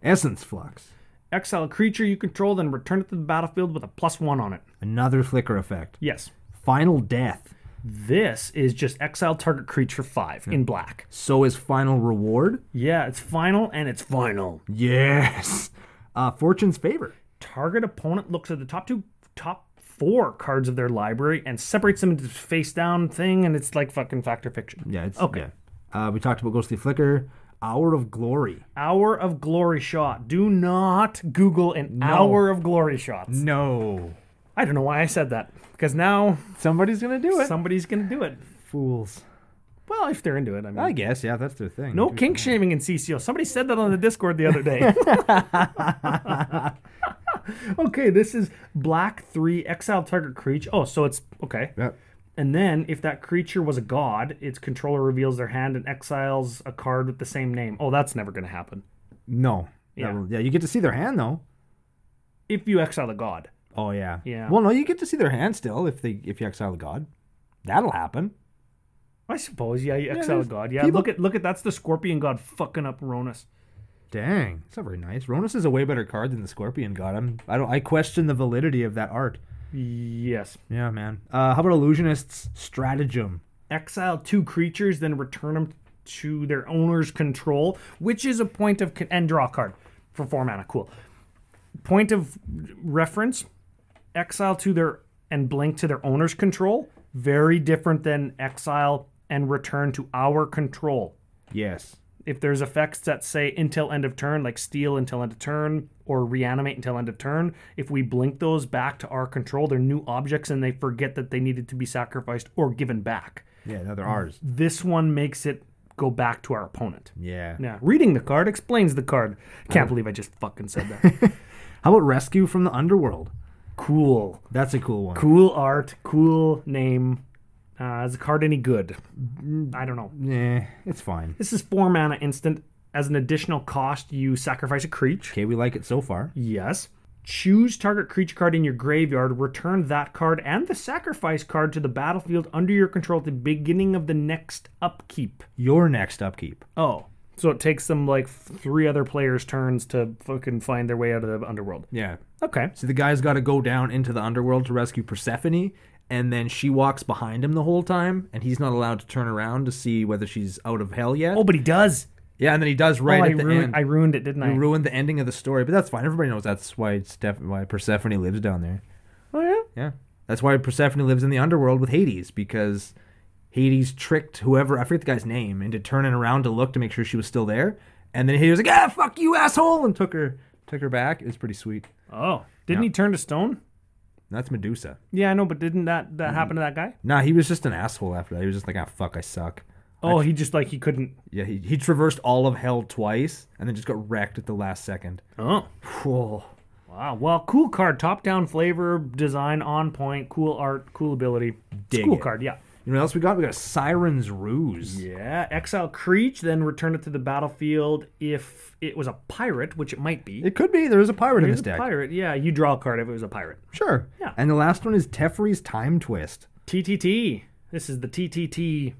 [SPEAKER 1] Essence Flux.
[SPEAKER 2] Exile a creature you control, then return it to the battlefield with a plus one on it.
[SPEAKER 1] Another Flicker effect.
[SPEAKER 2] Yes.
[SPEAKER 1] Final Death.
[SPEAKER 2] This is just exile target creature five in black.
[SPEAKER 1] So is Final Reward.
[SPEAKER 2] Yeah, it's final and it's final.
[SPEAKER 1] Yes. Uh, Fortune's Favor.
[SPEAKER 2] Target opponent looks at the top two, top four cards of their library and separates them into this face down thing, and it's like fucking factor fiction.
[SPEAKER 1] Yeah, it's
[SPEAKER 2] Okay.
[SPEAKER 1] yeah. Uh, we talked about Ghostly Flicker. Hour of Glory.
[SPEAKER 2] Hour of glory shot. Do not Google an hour of glory shots.
[SPEAKER 1] No.
[SPEAKER 2] I don't know why I said that because now
[SPEAKER 1] Somebody's gonna do it.
[SPEAKER 2] somebody's gonna do it.
[SPEAKER 1] Fools.
[SPEAKER 2] Well, if they're into it, I mean,
[SPEAKER 1] I guess, yeah, that's their thing.
[SPEAKER 2] no kink shaming in CCO. Somebody said that on the Discord the other day. okay, this is black three exile target creature. Oh, so it's okay.
[SPEAKER 1] Yeah.
[SPEAKER 2] And then if that creature was a god, its controller reveals their hand and exiles a card with the same name. Oh, that's never gonna happen.
[SPEAKER 1] No. Yeah.
[SPEAKER 2] Yeah.
[SPEAKER 1] yeah, you get to see their hand though.
[SPEAKER 2] If you exile a god,
[SPEAKER 1] Oh yeah.
[SPEAKER 2] Yeah.
[SPEAKER 1] Well, no, you get to see their hand still if they if you exile the god. That'll happen.
[SPEAKER 2] I suppose. Yeah, you exile a
[SPEAKER 1] there's
[SPEAKER 2] god. Yeah,
[SPEAKER 1] people-
[SPEAKER 2] look at look at that's the scorpion god fucking up Ronus.
[SPEAKER 1] Dang, it's not very nice. Ronus is a way better card than the Scorpion God. I'm I don't I question the validity of that art.
[SPEAKER 2] Yes.
[SPEAKER 1] Yeah, man. Uh, how about Illusionist's Stratagem?
[SPEAKER 2] exile two creatures, then return them to their owner's control, which is a point of con- and draw a card for four mana. Cool. Point of reference: exile to their and blink to their owner's control. Very different than exile and return to our control.
[SPEAKER 1] Yes.
[SPEAKER 2] If there's effects that say until end of turn, like steal until end of turn or reanimate until end of turn, if we blink those back to our control, they're new objects and they forget that they needed to be sacrificed or given back
[SPEAKER 1] Yeah, no, they're ours.
[SPEAKER 2] this one makes it go back to our opponent.
[SPEAKER 1] Yeah.
[SPEAKER 2] Yeah, reading the card explains the card. Can't believe I just fucking said that.
[SPEAKER 1] How about Rescue from the Underworld?
[SPEAKER 2] cool,
[SPEAKER 1] That's a cool one.
[SPEAKER 2] cool art, cool name. Uh, is the card any good? I don't know.
[SPEAKER 1] Yeah, it's fine.
[SPEAKER 2] This is four mana instant. As an additional cost, you sacrifice a creature.
[SPEAKER 1] Okay, we like it so far.
[SPEAKER 2] Yes. Choose target creature card in your graveyard, return that card and the sacrifice card to the battlefield under your control at the beginning of the next upkeep.
[SPEAKER 1] Your next upkeep.
[SPEAKER 2] Oh. So it takes them like three other players' turns to fucking find their way out of the underworld.
[SPEAKER 1] Yeah.
[SPEAKER 2] Okay.
[SPEAKER 1] So the guy's got to go down into the underworld to rescue Persephone, and then she walks behind him the whole time, and he's not allowed to turn around to see whether she's out of hell yet.
[SPEAKER 2] Oh, but he does.
[SPEAKER 1] yeah, and then he does right
[SPEAKER 2] oh, I,
[SPEAKER 1] at the
[SPEAKER 2] ruined,
[SPEAKER 1] end.
[SPEAKER 2] I ruined it, didn't I?
[SPEAKER 1] ruined the ending of the story, but that's fine. Everybody knows that's why Steph- why Persephone lives down there.
[SPEAKER 2] oh, yeah.
[SPEAKER 1] Yeah. That's why Persephone lives in the underworld with Hades because Hades tricked whoever, I forget the guy's name, into turning around to look to make sure she was still there. And then Hades was like, ah, fuck you, asshole, and took her took her back. It was pretty sweet.
[SPEAKER 2] Oh, didn't he turn to stone?
[SPEAKER 1] That's Medusa.
[SPEAKER 2] Yeah, I know, but didn't that
[SPEAKER 1] Mm-hmm.
[SPEAKER 2] that happen to that guy?
[SPEAKER 1] Nah, he was just an asshole after that. He was just like, ah, fuck, I suck.
[SPEAKER 2] Oh, he just like he couldn't.
[SPEAKER 1] Yeah, he, he traversed all of hell twice and then just got wrecked at the last second.
[SPEAKER 2] Oh,
[SPEAKER 1] Whoa.
[SPEAKER 2] wow. Well, cool card, top down flavor, design on point, cool art, cool ability.
[SPEAKER 1] Dig
[SPEAKER 2] cool
[SPEAKER 1] it.
[SPEAKER 2] card, yeah.
[SPEAKER 1] You know what else we got? We got a Siren's Ruse.
[SPEAKER 2] Yeah, exile Creech, then return it to the battlefield if it was a pirate, which it might be.
[SPEAKER 1] It could be. There is a pirate in
[SPEAKER 2] It
[SPEAKER 1] this
[SPEAKER 2] was a
[SPEAKER 1] deck.
[SPEAKER 2] pirate, yeah. You draw a card if it was a pirate.
[SPEAKER 1] Sure.
[SPEAKER 2] Yeah.
[SPEAKER 1] And the last one is Teferi's Time Twist.
[SPEAKER 2] TTT. This is the TTT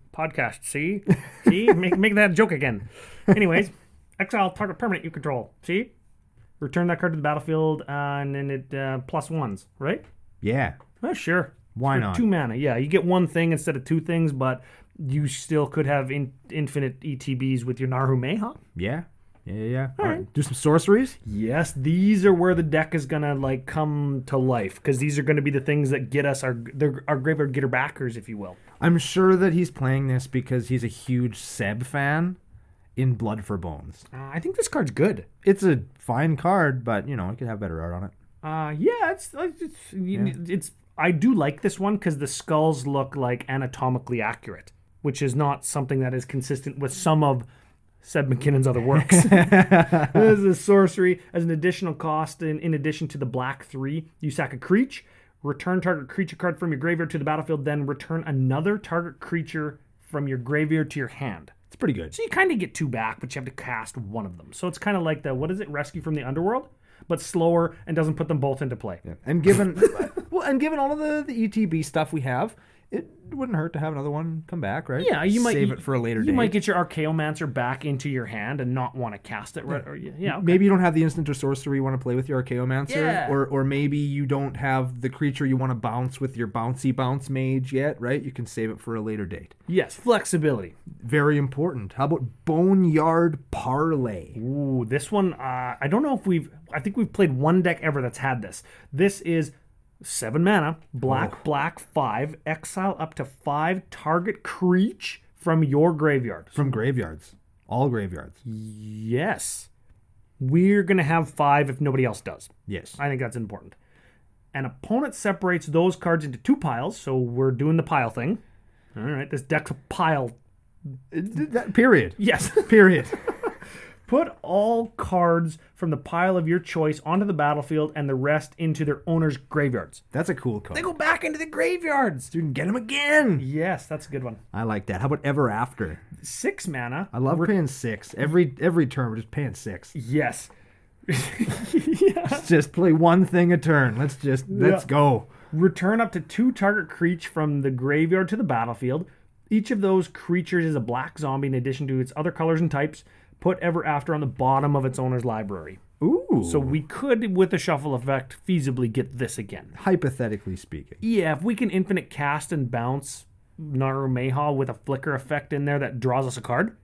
[SPEAKER 2] podcast. See, see, make make that joke again. Anyways, exile target permanent you control. See, return that card to the battlefield, uh, and then it uh, plus ones. Right?
[SPEAKER 1] Yeah.
[SPEAKER 2] Oh, sure.
[SPEAKER 1] Why
[SPEAKER 2] For
[SPEAKER 1] not?
[SPEAKER 2] Two mana. Yeah, you get one thing instead of two things, but you still could have in, infinite ETBs with your Naru Meha.
[SPEAKER 1] Yeah. Yeah, yeah, yeah. All right. Do some sorceries.
[SPEAKER 2] Yes, these are where the deck is gonna like come to life because these are gonna be the things that get us our their, our graveyard getter backers, if you will.
[SPEAKER 1] I'm sure that he's playing this because he's a huge Seb fan in Blood for Bones.
[SPEAKER 2] Uh, I think this card's good.
[SPEAKER 1] It's a fine card, but you know, it could have better art on it.
[SPEAKER 2] Uh, yeah, it's it's, it's, it's I do like this one because the skulls look like anatomically accurate, which is not something that is consistent with some of Seb McKinnon's other works. this is a sorcery as an additional cost. In, in addition to the black three, you sack a creature, return target creature card from your graveyard to the battlefield, then return another target creature from your graveyard to your hand.
[SPEAKER 1] It's pretty good.
[SPEAKER 2] So you kind of get two back, but you have to cast one of them. So it's kind of like the what is it? Rescue from the underworld, but slower and doesn't put them both into play.
[SPEAKER 1] And given well, and given all of the, the ETB stuff we have, it wouldn't hurt to have another one come back, right?
[SPEAKER 2] Yeah, you might
[SPEAKER 1] save it for a later
[SPEAKER 2] You
[SPEAKER 1] date.
[SPEAKER 2] might get your Archaeomancer back into your hand and not want to cast it. Right? Or, yeah. okay.
[SPEAKER 1] Maybe you don't have the instant or sorcery you want to play with your Archaeomancer,
[SPEAKER 2] Yeah.
[SPEAKER 1] or or maybe you don't have the creature you want to bounce with your bouncy bounce mage yet, right? You can save it for a later date.
[SPEAKER 2] Yes, flexibility.
[SPEAKER 1] Very important. How about Boneyard Parlay?
[SPEAKER 2] Ooh, this one. Uh, I don't know if we've. I think we've played one deck ever that's had this. This is seven mana, black,
[SPEAKER 1] Oh.
[SPEAKER 2] black, five, exile up to five target creature from your graveyard.
[SPEAKER 1] From graveyards. All graveyards.
[SPEAKER 2] Yes. We're going to have five if nobody else does.
[SPEAKER 1] Yes.
[SPEAKER 2] I think that's important. An opponent separates those cards into two piles, so we're doing the pile thing. All right, this deck's a pile.
[SPEAKER 1] That, period.
[SPEAKER 2] Yes.
[SPEAKER 1] Period.
[SPEAKER 2] Put all cards from the pile of your choice onto the battlefield and the rest into their owner's graveyards.
[SPEAKER 1] That's a cool card.
[SPEAKER 2] go back into the graveyards.
[SPEAKER 1] You can get him again.
[SPEAKER 2] Yes, that's a good one.
[SPEAKER 1] I like that. How about Ever After?
[SPEAKER 2] Six mana.
[SPEAKER 1] I love paying six. Every every turn, we're just paying six.
[SPEAKER 2] Yes. yeah.
[SPEAKER 1] Let's just play one thing a turn. Let's just let's go.
[SPEAKER 2] Return up to two target creatures from the graveyard to the battlefield. Each of those creatures is a black zombie in addition to its other colors and types. Put Ever After on the bottom of its owner's library.
[SPEAKER 1] Ooh.
[SPEAKER 2] So
[SPEAKER 1] So
[SPEAKER 2] we could, with a shuffle effect, feasibly get this again.
[SPEAKER 1] hypothetically speaking,
[SPEAKER 2] Yeah, if we can infinite cast and bounce Naru Meha with a flicker effect in there that draws us a card,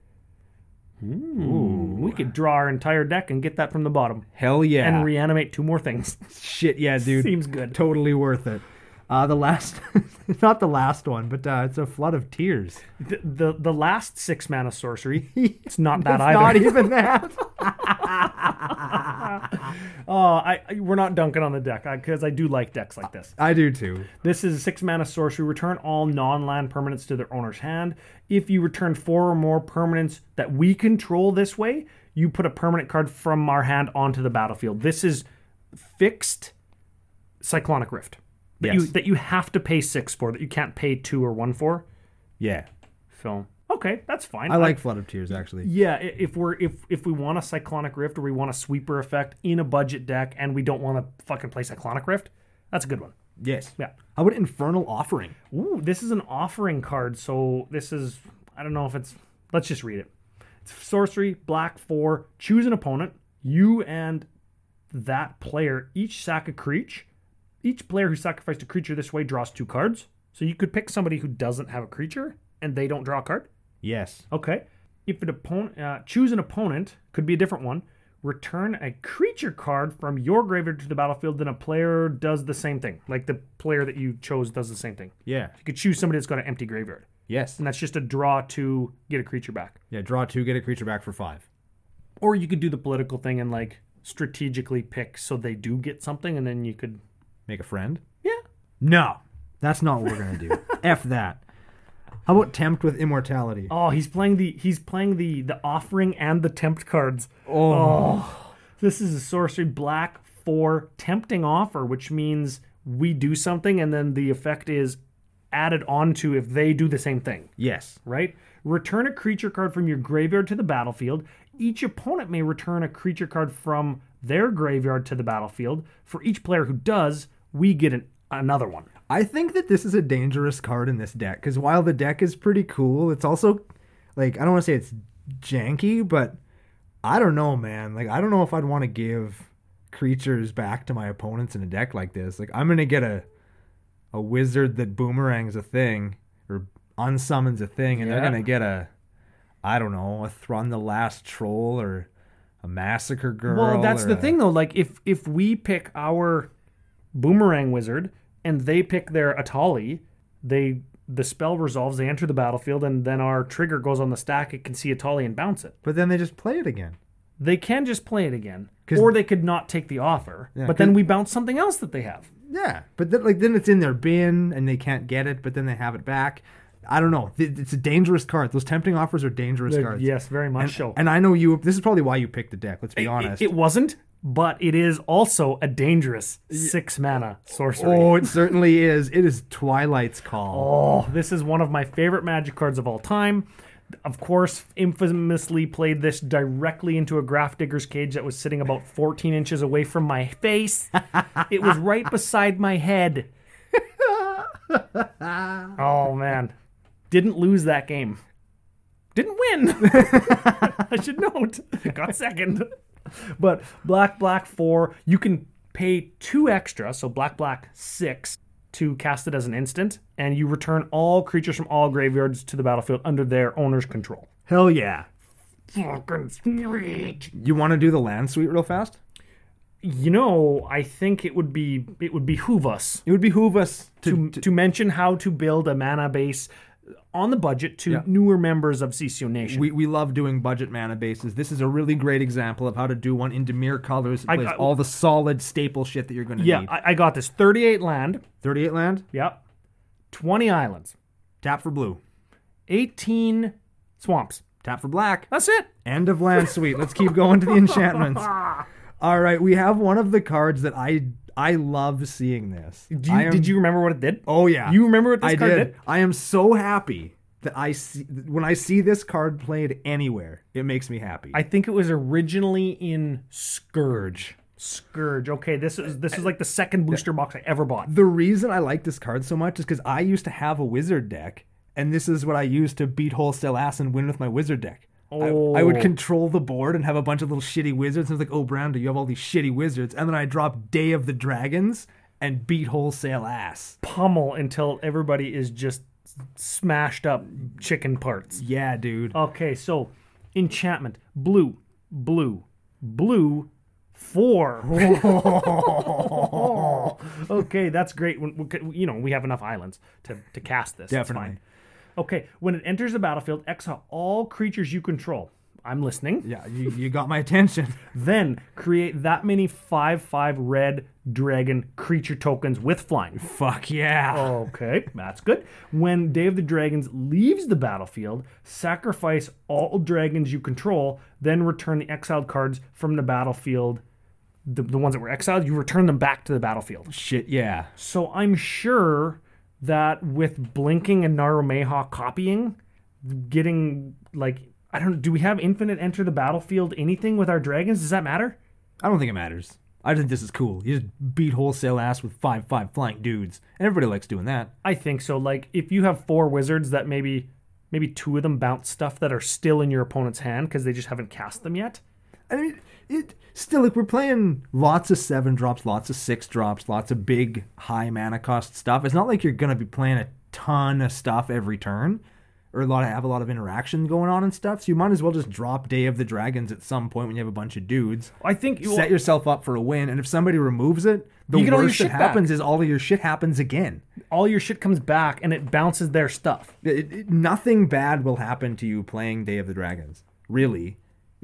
[SPEAKER 2] we could draw our entire deck and get that from the bottom.
[SPEAKER 1] hell yeah.
[SPEAKER 2] And reanimate two more things.
[SPEAKER 1] Shit yeah, dude.
[SPEAKER 2] Seems good.
[SPEAKER 1] Totally worth it. Uh, the last, not the last one, but uh, it's a flood of tears.
[SPEAKER 2] The, the, the last six mana sorcery, it's not e- that
[SPEAKER 1] it's
[SPEAKER 2] either.
[SPEAKER 1] not even that.
[SPEAKER 2] Oh, I, I- we're not dunking on the deck because I do like decks like this.
[SPEAKER 1] I do too.
[SPEAKER 2] This is a six mana sorcery. Return all non-land permanents to their owner's hand. If you return four or more permanents that we control this way, you put a permanent card from our hand onto the battlefield. This is fixed Cyclonic Rift that you
[SPEAKER 1] Yes.
[SPEAKER 2] that you have to pay six for that you can't pay two or one for.
[SPEAKER 1] Yeah.
[SPEAKER 2] So Okay, that's fine.
[SPEAKER 1] I like Flood of Tears actually.
[SPEAKER 2] Yeah, i- if we're if if we want a cyclonic rift or we want a sweeper effect in a budget deck and we don't want to fucking play cyclonic rift, that's a good one.
[SPEAKER 1] Yes.
[SPEAKER 2] Yeah.
[SPEAKER 1] How about Infernal Offering?
[SPEAKER 2] Ooh, this is an offering card, so this is I don't know if it's let's just read it. It's sorcery, black four, choose an opponent. You and that player each sack a creature. Each player who sacrificed a creature this way draws two cards. So you could pick somebody who doesn't have a creature and they don't draw a card.
[SPEAKER 1] Yes.
[SPEAKER 2] Okay. If an opponent uh, choose an opponent, could be a different one. Return a creature card from your graveyard to the battlefield. Then a player does the same thing. Like the player that you chose does the same thing.
[SPEAKER 1] Yeah.
[SPEAKER 2] You could choose somebody that's got an empty graveyard,
[SPEAKER 1] Yes.
[SPEAKER 2] and that's just a draw to get a creature back.
[SPEAKER 1] Yeah. Draw two, get a creature back for five.
[SPEAKER 2] Or you could do the political thing and like strategically pick so they do get something, and then you could,
[SPEAKER 1] Make a friend.
[SPEAKER 2] yeah,
[SPEAKER 1] No, that's not what we're gonna do. F that. How about Tempt with Immortality?
[SPEAKER 2] Oh, he's playing the he's playing the the offering and the tempt cards. Oh. This is a sorcery black for tempting offer, which means we do something and then the effect is added onto if they do the same thing,
[SPEAKER 1] Yes.
[SPEAKER 2] right? Return a creature card from your graveyard to the battlefield. Each opponent may return a creature card from their graveyard to the battlefield. For each player who does, we get an, another one.
[SPEAKER 1] I think that this is a dangerous card in this deck because while the deck is pretty cool, it's also like I don't want to say it's janky, but I don't know, man. Like I don't know if I'd want to give creatures back to my opponents in a deck like this. Like I'm gonna get a a wizard that boomerangs a thing or unsummons a thing, and they're
[SPEAKER 2] Yeah.
[SPEAKER 1] gonna get a I don't know a Thrun the Last Troll or a Massacre Girl.
[SPEAKER 2] Well, that's
[SPEAKER 1] or
[SPEAKER 2] the
[SPEAKER 1] a-
[SPEAKER 2] thing though. Like if if we pick our boomerang wizard and they pick their Atali, they the spell resolves, they enter the battlefield, and then our trigger goes on the stack. It can see Atali and bounce it.
[SPEAKER 1] But then they just play it again.
[SPEAKER 2] They can just play it again,
[SPEAKER 1] 'Cause-
[SPEAKER 2] or they could not take the offer.
[SPEAKER 1] Yeah,
[SPEAKER 2] but then we bounce something else that they have.
[SPEAKER 1] Yeah, but then, like then it's in their bin and they can't get it, but then they have it back. I don't know. Th- It's a dangerous card. Those tempting offers are dangerous cards.
[SPEAKER 2] Yes, very much so.
[SPEAKER 1] And I know you. This is probably why you picked the deck. Let's be
[SPEAKER 2] It-
[SPEAKER 1] honest.
[SPEAKER 2] it wasn't, but it is also a dangerous six mana sorcery.
[SPEAKER 1] oh, it certainly is. It is Twilight's Call.
[SPEAKER 2] Oh, this is one of my favorite Magic cards of all time. Of course, infamously played this directly into a graph digger's cage that was sitting about 14 inches away from my face. it was right beside my head. oh man, didn't lose that game. Didn't win. I should note. Got second. But black, black four, you can pay two extra, so black, black six, to cast it as an instant, and you return all creatures from all graveyards to the battlefield under their owner's control.
[SPEAKER 1] Hell yeah!
[SPEAKER 2] Fucking sweet.
[SPEAKER 1] You want to do the land sweep real fast?
[SPEAKER 2] You know, I think it would be it would behoove us
[SPEAKER 1] It would behoove us to.
[SPEAKER 2] to, to mention how to build a mana base on the budget to newer members of CCO Nation.
[SPEAKER 1] we, we love doing budget mana bases. This is a really great example of how to do one in Demir colors. It plays
[SPEAKER 2] I-
[SPEAKER 1] all the solid staple shit that you're going to
[SPEAKER 2] yeah,
[SPEAKER 1] need.
[SPEAKER 2] I, I got this. 38 land.
[SPEAKER 1] 38 land,
[SPEAKER 2] Yep. 20 islands.
[SPEAKER 1] tap for blue,
[SPEAKER 2] 18 swamps.
[SPEAKER 1] tap for black.
[SPEAKER 2] That's it.
[SPEAKER 1] End of land sweep. Let's keep going to the enchantments. All right, we have one of the cards that I I love seeing this.
[SPEAKER 2] Do you,
[SPEAKER 1] I am-
[SPEAKER 2] did you remember what it did?
[SPEAKER 1] Oh yeah.
[SPEAKER 2] You remember what this
[SPEAKER 1] I
[SPEAKER 2] card
[SPEAKER 1] did.
[SPEAKER 2] did?
[SPEAKER 1] I am so happy that I see when I see this card played anywhere. It makes me happy.
[SPEAKER 2] I think it was originally in Scourge. Scourge. Okay, this is this is like the second booster box I ever bought.
[SPEAKER 1] the reason I like this card so much is because I used to have a wizard deck, and this is what I used to beat wholesale ass and win with my wizard deck. I, I would
[SPEAKER 2] Oh.
[SPEAKER 1] control the board and have a bunch of little shitty wizards. And I was like, oh, Brando, you have all these shitty wizards. And then I dropped Day of the Dragons and beat wholesale ass.
[SPEAKER 2] Pummel until everybody is just smashed up chicken parts.
[SPEAKER 1] Yeah, dude.
[SPEAKER 2] Okay, so enchantment blue, blue, blue, four. okay, that's great. When we- you know we have enough islands to to cast this. It's
[SPEAKER 1] Definitely.
[SPEAKER 2] fine. Okay, when it enters the battlefield, exile all creatures you control. I'm listening.
[SPEAKER 1] Yeah, you, you got my attention.
[SPEAKER 2] Then create that many 5 5 red dragon creature tokens with flying.
[SPEAKER 1] Fuck
[SPEAKER 2] Oh.
[SPEAKER 1] yeah.
[SPEAKER 2] Okay, that's good. When Day of the Dragons leaves the battlefield, sacrifice all dragons you control, then return the exiled cards from the battlefield. The, the ones that were exiled, you return them back to the battlefield.
[SPEAKER 1] Shit, yeah.
[SPEAKER 2] So I'm sure that with Blinking and Narumeha copying, getting like I don't do we have infinite enter the battlefield anything with our dragons? Does that matter?
[SPEAKER 1] I don't think it matters. I think this is cool. You just beat wholesale ass with five five flank dudes. And everybody likes doing that.
[SPEAKER 2] I think so. Like if you have four wizards that maybe maybe two of them bounce stuff that are still in your opponent's hand because they just haven't cast them yet.
[SPEAKER 1] I mean, it still like we're playing lots of seven drops, lots of six drops, lots of big high mana cost stuff. It's not like you're gonna be playing a ton of stuff every turn, or a lot of have a lot of interaction going on and stuff. So you might as well just drop Day of the Dragons at some point when you have a bunch of dudes.
[SPEAKER 2] I think you
[SPEAKER 1] Set yourself up for a win, and if somebody removes it, the
[SPEAKER 2] You get all your
[SPEAKER 1] worst that
[SPEAKER 2] shit back.
[SPEAKER 1] happens is all of your shit happens again.
[SPEAKER 2] all your shit comes back and it bounces their stuff.
[SPEAKER 1] It- it- nothing bad will happen to you playing Day of the Dragons, really,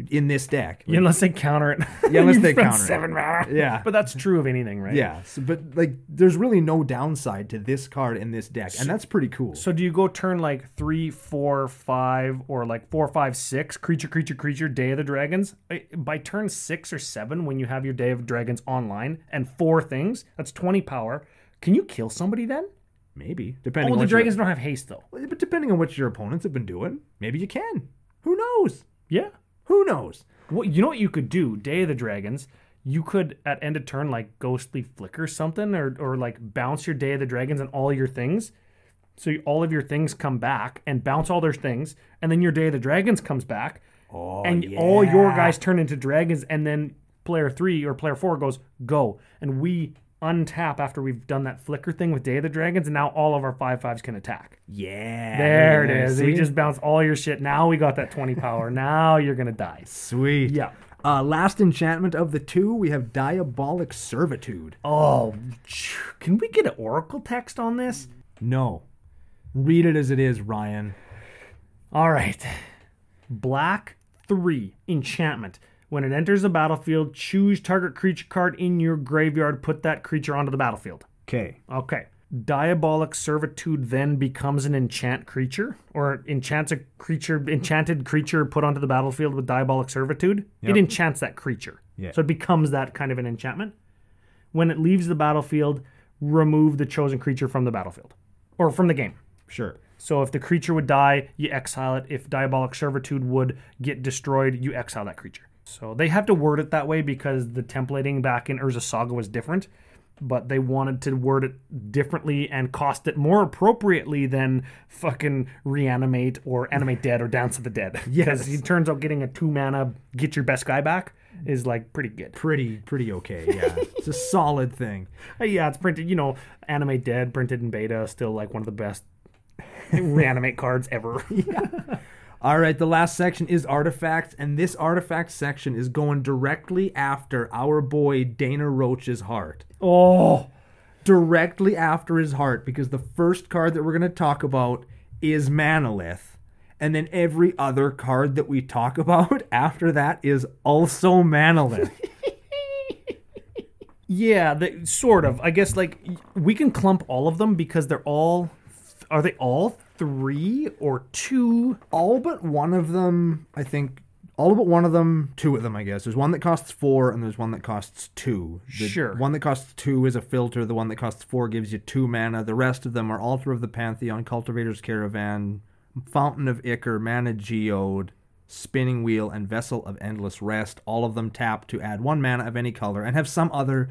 [SPEAKER 1] in this deck.
[SPEAKER 2] Unless they counter it.
[SPEAKER 1] Yeah, unless
[SPEAKER 2] You
[SPEAKER 1] they
[SPEAKER 2] spend
[SPEAKER 1] counter it.
[SPEAKER 2] seven mana.
[SPEAKER 1] Yeah.
[SPEAKER 2] But that's true of anything, right?
[SPEAKER 1] Yeah, so, but like, there's really no downside to this card in this deck, and that's pretty cool.
[SPEAKER 2] So do you go turn like three, four, five, or like four, five, six? Creature, creature, creature. Day of the Dragons. I- By turn six or seven, when you have your Day of Dragons online and four things, that's twenty power. Can you kill somebody then?
[SPEAKER 1] maybe depending. on
[SPEAKER 2] Well, the
[SPEAKER 1] what
[SPEAKER 2] dragons don't have haste though.
[SPEAKER 1] your, but depending on what your opponents have been doing, maybe you can. Who knows?
[SPEAKER 2] Yeah.
[SPEAKER 1] Who knows?
[SPEAKER 2] Well, you know what you could do? Day of the Dragons. You could at end of turn like ghostly flicker something, or or like bounce your Day of the Dragons and all your things. So you, all of your things come back and bounce all their things, and then your Day of the Dragons comes back.
[SPEAKER 1] Oh,
[SPEAKER 2] and
[SPEAKER 1] yeah.
[SPEAKER 2] all your guys turn into dragons, and then player three or player four goes go, and we untap after we've done that flicker thing with Day of the Dragons, and now all of our five fives can attack.
[SPEAKER 1] Yeah,
[SPEAKER 2] There it is. We
[SPEAKER 1] see?
[SPEAKER 2] just bounce all your shit. Now we got that twenty power. now you're gonna die.
[SPEAKER 1] sweet.
[SPEAKER 2] Yeah.
[SPEAKER 1] Uh, last enchantment of the two, we have Diabolic Servitude.
[SPEAKER 2] Oh, can we get an oracle text on this?
[SPEAKER 1] No, read it as it is, Ryan.
[SPEAKER 2] All right. Black 3 enchantment. When it enters the battlefield, choose target creature card in your graveyard, put that creature onto the battlefield.
[SPEAKER 1] Okay.
[SPEAKER 2] Okay. Diabolic servitude then becomes an enchant creature, or enchants a creature, enchanted creature put onto the battlefield with diabolic servitude. It enchants that creature,
[SPEAKER 1] Yeah.
[SPEAKER 2] so it becomes that kind of an enchantment. When it leaves the battlefield, remove the chosen creature from the battlefield or from the game.
[SPEAKER 1] Sure.
[SPEAKER 2] So if the creature would die, you exile it. If diabolic servitude would get destroyed, you exile that creature. So they have to word it that way because the templating back in Urza Saga was different, but they wanted to word it differently and cost it more appropriately than fucking reanimate or animate dead or dance of the dead. Because it turns out getting a two mana get your best guy back is like pretty good.
[SPEAKER 1] Pretty, pretty okay. Yeah, it's a solid thing.
[SPEAKER 2] Uh, Yeah, it's printed. You know, Anime Dead printed in beta, still like one of the best reanimate cards ever.
[SPEAKER 1] All right, the last section is artifacts, and this artifact section is going directly after our boy Dana Roach's heart.
[SPEAKER 2] oh,
[SPEAKER 1] Directly after his heart, because the first card that we're going to talk about is Manolith, and then every other card that we talk about after that is also Manolith.
[SPEAKER 2] yeah, the, sort of. I guess like y- we can clump all of them because they're all. Are they all three or two?
[SPEAKER 1] all but one of them, I think. All but one of them, two of them, I guess. There's one that costs four, and there's one that costs two. The
[SPEAKER 2] Sure.
[SPEAKER 1] One that costs two is a filter. The one that costs four gives you two mana. The rest of them are Altar of the Pantheon, Cultivator's Caravan, Fountain of Icar, Mana Geode, Spinning Wheel, and Vessel of Endless Rest. All of them tap to add one mana of any color and have some other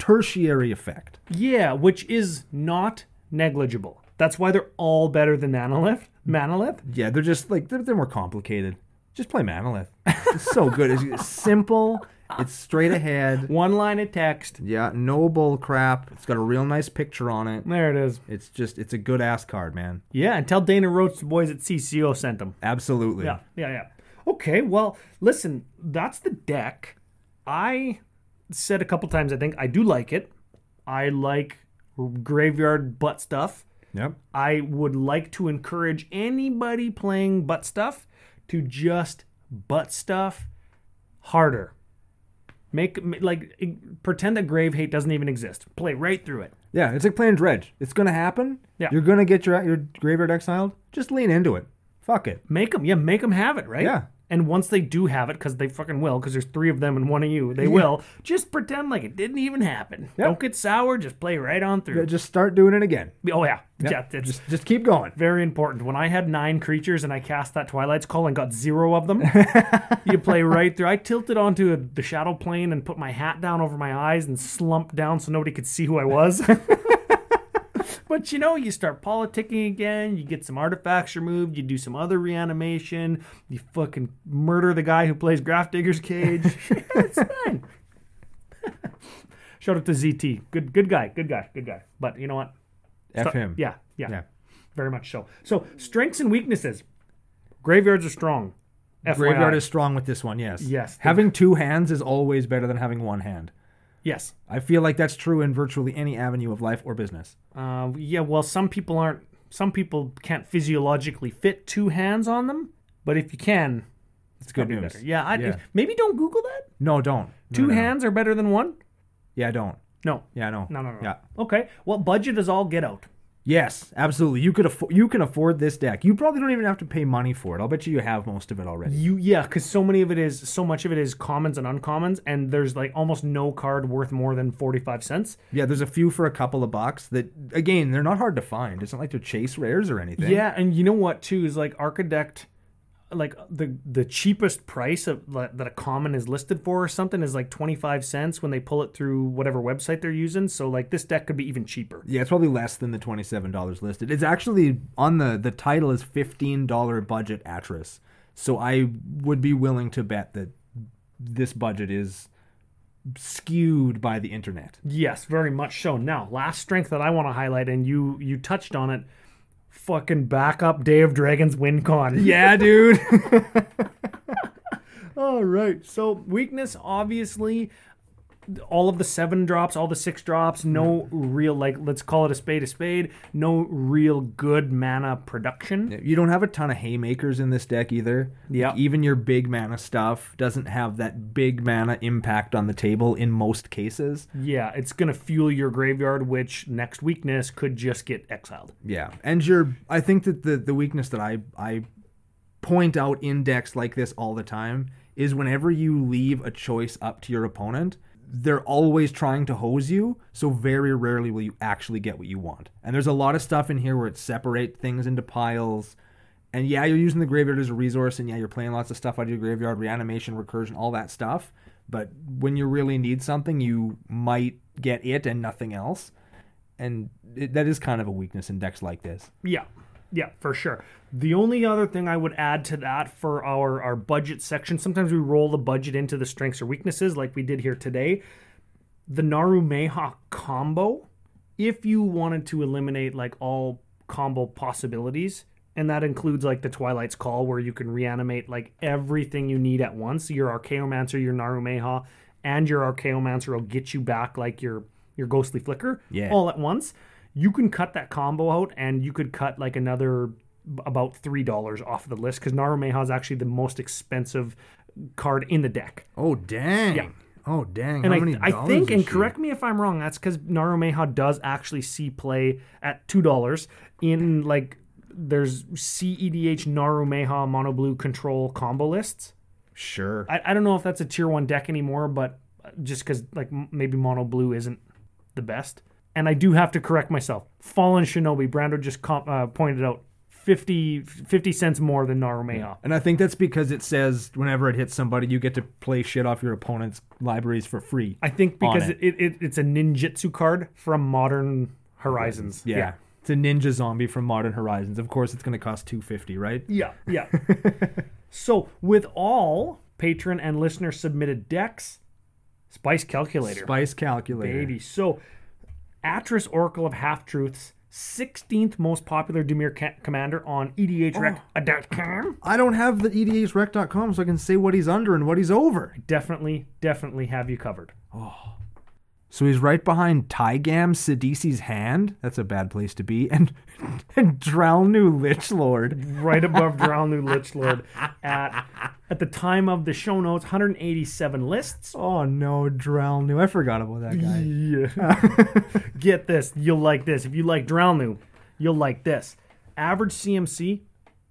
[SPEAKER 1] tertiary effect.
[SPEAKER 2] Yeah, which is not negligible. That's why they're all better than Manolith. Manolith.
[SPEAKER 1] Yeah, they're just like they're, they're more complicated. Just play Manolith. It's so good. It's simple. It's straight ahead.
[SPEAKER 2] One line of text.
[SPEAKER 1] Yeah, noble crap. It's got a real nice picture on it.
[SPEAKER 2] There it is.
[SPEAKER 1] It's just it's a good ass card, man.
[SPEAKER 2] Yeah, and tell Dana Roach the boys at CCO sent them.
[SPEAKER 1] Absolutely.
[SPEAKER 2] Yeah, yeah, yeah. Okay, well, listen, that's the deck. I said a couple times, I think I do like it. I like graveyard butt stuff.
[SPEAKER 1] Yep.
[SPEAKER 2] I would like to encourage anybody playing butt stuff to just butt stuff harder. Make m- like ig- pretend that grave hate doesn't even exist. Play right through it.
[SPEAKER 1] Yeah, it's like playing dredge. It's gonna happen.
[SPEAKER 2] Yeah.
[SPEAKER 1] You're gonna get your your graveyard exiled. Just lean into it. Fuck it.
[SPEAKER 2] Make them, yeah, make them have it, right?
[SPEAKER 1] Yeah.
[SPEAKER 2] And once they do have it, because they fucking will, because there's three of them and one of you, they will. Just pretend like it didn't even happen. Don't get sour. Just play right on through.
[SPEAKER 1] Just start doing it again.
[SPEAKER 2] oh yeah, yeah. It's
[SPEAKER 1] Just just keep going.
[SPEAKER 2] very important. When I had nine creatures and I cast that Twilight's Call and got zero of them, you play right through. I tilted onto a, the shadow plane and put my hat down over my eyes and slumped down so nobody could see who I was. But you know, you start politicking again, you get some artifacts removed, you do some other reanimation, you fucking murder the guy who plays Graft Digger's Cage. it's fine. Shout out to ZT. Good good guy, good guy, good guy. But you know what?
[SPEAKER 1] F
[SPEAKER 2] Stop-
[SPEAKER 1] him.
[SPEAKER 2] Yeah, yeah,
[SPEAKER 1] Yeah.
[SPEAKER 2] Very much so. So strengths and weaknesses. Graveyards are strong. FYI.
[SPEAKER 1] Graveyard is strong with this one, yes.
[SPEAKER 2] Yes.
[SPEAKER 1] Having two hands is always better than having one hand.
[SPEAKER 2] yes.
[SPEAKER 1] I feel like that's true in virtually any avenue of life or business.
[SPEAKER 2] Uh, yeah. Well, some people aren't. Some people can't physiologically fit two hands on them, but if you can,
[SPEAKER 1] It's good news.
[SPEAKER 2] better. Yeah, I,
[SPEAKER 1] Yeah.
[SPEAKER 2] Maybe don't Google that.
[SPEAKER 1] No, don't. No,
[SPEAKER 2] Two
[SPEAKER 1] no, no.
[SPEAKER 2] hands are better than one.
[SPEAKER 1] Yeah, don't.
[SPEAKER 2] No.
[SPEAKER 1] Yeah, no.
[SPEAKER 2] No. No. No.
[SPEAKER 1] Yeah.
[SPEAKER 2] Okay. Well, budget is all get out.
[SPEAKER 1] Yes, absolutely. You could afford you can afford this deck. You probably don't even have to pay money for it. I'll bet you you have most of it already.
[SPEAKER 2] You yeah, because so many of it is so much of it is commons and uncommons, and there's like almost no card worth more than forty five cents.
[SPEAKER 1] Yeah, there's a few for a couple of bucks that again, they're not hard to find. It's not like they're chase rares or anything.
[SPEAKER 2] Yeah, and you know what too is like architect, like the the cheapest price of that that a common is listed for or something is like twenty five cents when they pull it through whatever website they're using. So like this deck could be even cheaper.
[SPEAKER 1] Yeah, it's probably less than the twenty-seven dollars listed. It's actually on the the title is fifteen dollar budget Atris. So I would be willing to bet that this budget is skewed by the internet.
[SPEAKER 2] Yes, very much so. Now, last strength that I want to highlight, and you you touched on it. Fucking back up Day of Dragons WinCon.
[SPEAKER 1] Yeah, dude.
[SPEAKER 2] All right. So weakness, obviously, all of the seven drops, all the six drops, no real like let's call it a spade a spade. No real good mana production.
[SPEAKER 1] you don't have a ton of haymakers in this deck either.
[SPEAKER 2] Yeah.
[SPEAKER 1] Even your big mana stuff doesn't have that big mana impact on the table in most cases.
[SPEAKER 2] Yeah, it's gonna fuel your graveyard, which next weakness could just get exiled.
[SPEAKER 1] Yeah, and your I think that the the weakness that I I point out in decks like this all the time is whenever you leave a choice up to your opponent, they're always trying to hose you, so very rarely will you actually get what you want. And there's a lot of stuff in here where it separate things into piles. And yeah, you're using the graveyard as a resource, and yeah, you're playing lots of stuff out of your graveyard, reanimation, recursion, all that stuff. But when you really need something, you might get it and nothing else and it, that is kind of a weakness in decks like this.
[SPEAKER 2] Yeah, yeah, for sure. The only other thing I would add to that for our our budget section, sometimes we roll the budget into the strengths or weaknesses, like we did here today. The Naru Meha combo, if you wanted to eliminate like all combo possibilities, and that includes like the Twilight's Call, where you can reanimate like everything you need at once. Your Archaeomancer, your Naru Meha, and your Archaeomancer will get you back like your your Ghostly Flicker
[SPEAKER 1] Yeah.
[SPEAKER 2] all at once. You can cut that combo out, and you could cut like another b- about three dollars off the list because Naru Meha is actually the most expensive card in the deck.
[SPEAKER 1] Oh dang! Oh dang!
[SPEAKER 2] And I, I think, and correct me if I'm wrong, that's because Narumeha does actually see play at two dollars in like there's E CEDH Narumeha mono blue control combo lists.
[SPEAKER 1] Sure.
[SPEAKER 2] I, I don't know if that's a tier one deck anymore, but just because like m- maybe mono blue isn't the best. And I do have to correct myself. Fallen Shinobi, Brando just com- uh, pointed out 50, 50 cents more than Narumeha.
[SPEAKER 1] and I think that's because it says whenever it hits somebody, you get to play shit off your opponent's libraries for free.
[SPEAKER 2] I think
[SPEAKER 1] On
[SPEAKER 2] because it. It, it's a ninjutsu card from Modern Horizons.
[SPEAKER 1] yeah. It's a ninja zombie from Modern Horizons. Of course, it's going to cost two fifty, right?
[SPEAKER 2] Yeah, yeah. so with all patron and listener submitted decks, Spice Calculator,
[SPEAKER 1] Spice calculator.
[SPEAKER 2] baby. So, Atris Oracle of Half Truths, sixteenth most popular Demir ca- commander on E
[SPEAKER 1] Oh.
[SPEAKER 2] EDHREC.com.
[SPEAKER 1] I don't have the E edhsrec.com, so I can say what he's under and what he's over.
[SPEAKER 2] Definitely, definitely have you covered.
[SPEAKER 1] So he's right behind Tygam Sidisi's hand. That's a bad place to be. And and Drownnew Lich Lord.
[SPEAKER 2] Right above Drown New Lich Lord at at the time of the show notes, 187 lists.
[SPEAKER 1] Oh no, Drownnew. I forgot about that guy.
[SPEAKER 2] Yeah. Get this. You'll like this. If you like Drown New, you'll like this. Average CMC,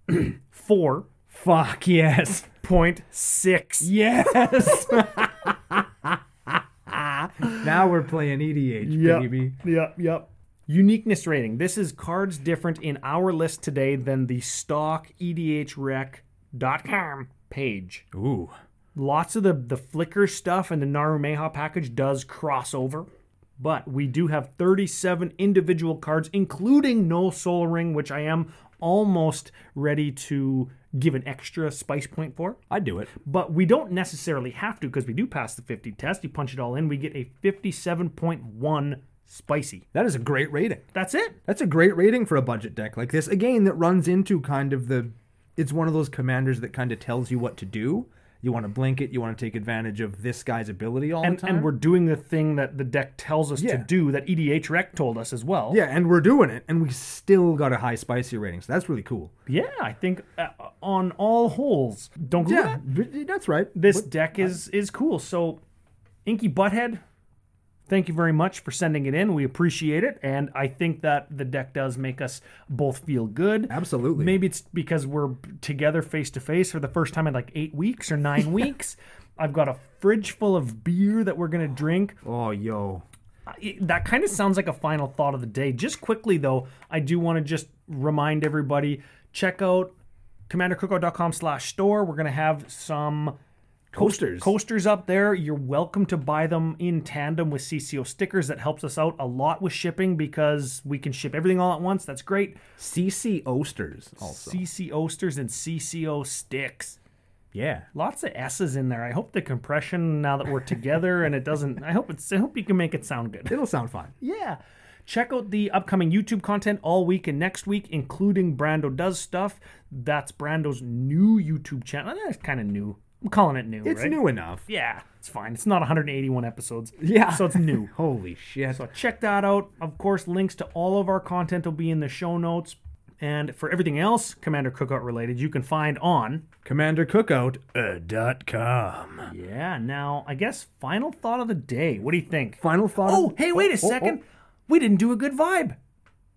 [SPEAKER 2] four. Fuck yes. Point six.
[SPEAKER 1] Yes. now we're playing EDH, baby.
[SPEAKER 2] Yep. Yep. Uniqueness rating. This is cards different in our list today than the stock E edhrec.com page.
[SPEAKER 1] Ooh.
[SPEAKER 2] Lots of the, the Flickr stuff and the Narumeha package does cross over, but we do have 37 individual cards, including no Soul Ring, which I am almost ready to give an extra spice point for.
[SPEAKER 1] I'd do it.
[SPEAKER 2] But we don't necessarily have to because we do pass the 50 test. You punch it all in, we get a 57.1 spicy.
[SPEAKER 1] That is a great rating.
[SPEAKER 2] That's it.
[SPEAKER 1] That's a great rating for a budget deck like this. Again, that runs into kind of the. It's one of those commanders that kind of tells you what to do. You want to blink it. You want to take advantage of this guy's ability all
[SPEAKER 2] And,
[SPEAKER 1] the time.
[SPEAKER 2] and we're doing the thing that the deck tells us
[SPEAKER 1] Yeah.
[SPEAKER 2] to do that EDH Rec told us as well.
[SPEAKER 1] yeah, and we're doing it, and we still got a high spicy rating. So that's really cool.
[SPEAKER 2] Yeah, I think uh, on all holes. Don't Google that.
[SPEAKER 1] b- that's right.
[SPEAKER 2] This deck is is cool. So, Inky Butthead, thank you very much for sending it in. We appreciate it, and I think that the deck does make us both feel good.
[SPEAKER 1] Absolutely.
[SPEAKER 2] Maybe it's because we're together face to face for the first time in like eight weeks or nine weeks. I've got a fridge full of beer that we're gonna drink.
[SPEAKER 1] Oh, yo.
[SPEAKER 2] I- that kind of sounds like a final thought of the day. Just quickly though, I do want to just remind everybody check out commandercookout.com slash store. We're gonna have some
[SPEAKER 1] Coasters.
[SPEAKER 2] coasters up there. You're welcome to buy them in tandem with CCO stickers. That helps us out a lot with shipping because we can ship everything all at once. That's great.
[SPEAKER 1] CC Osters also.
[SPEAKER 2] CCO stickers and CCO sticks.
[SPEAKER 1] yeah.
[SPEAKER 2] Lots of S's in there. I hope the compression now that we're together and it doesn't I hope it's I hope you can make it sound good.
[SPEAKER 1] It'll sound fine.
[SPEAKER 2] Yeah. Check out the upcoming YouTube content all week and next week, including Brando Does Stuff. That's Brando's new YouTube channel. That's kind of new. I'm calling it new,
[SPEAKER 1] It's
[SPEAKER 2] right?
[SPEAKER 1] new enough.
[SPEAKER 2] Yeah, it's fine. It's not 181 episodes.
[SPEAKER 1] Yeah.
[SPEAKER 2] So it's new.
[SPEAKER 1] Holy shit.
[SPEAKER 2] So check that out. Of course, links to all of our content will be in the show notes. And for everything else Commander Cookout related, you can find on.
[SPEAKER 1] uh, CommanderCookout.com.
[SPEAKER 2] Yeah, now, I guess final thought of the day. What do you think?
[SPEAKER 1] Final thought.
[SPEAKER 2] Oh, hey, wait a second. We didn't do a good vibe.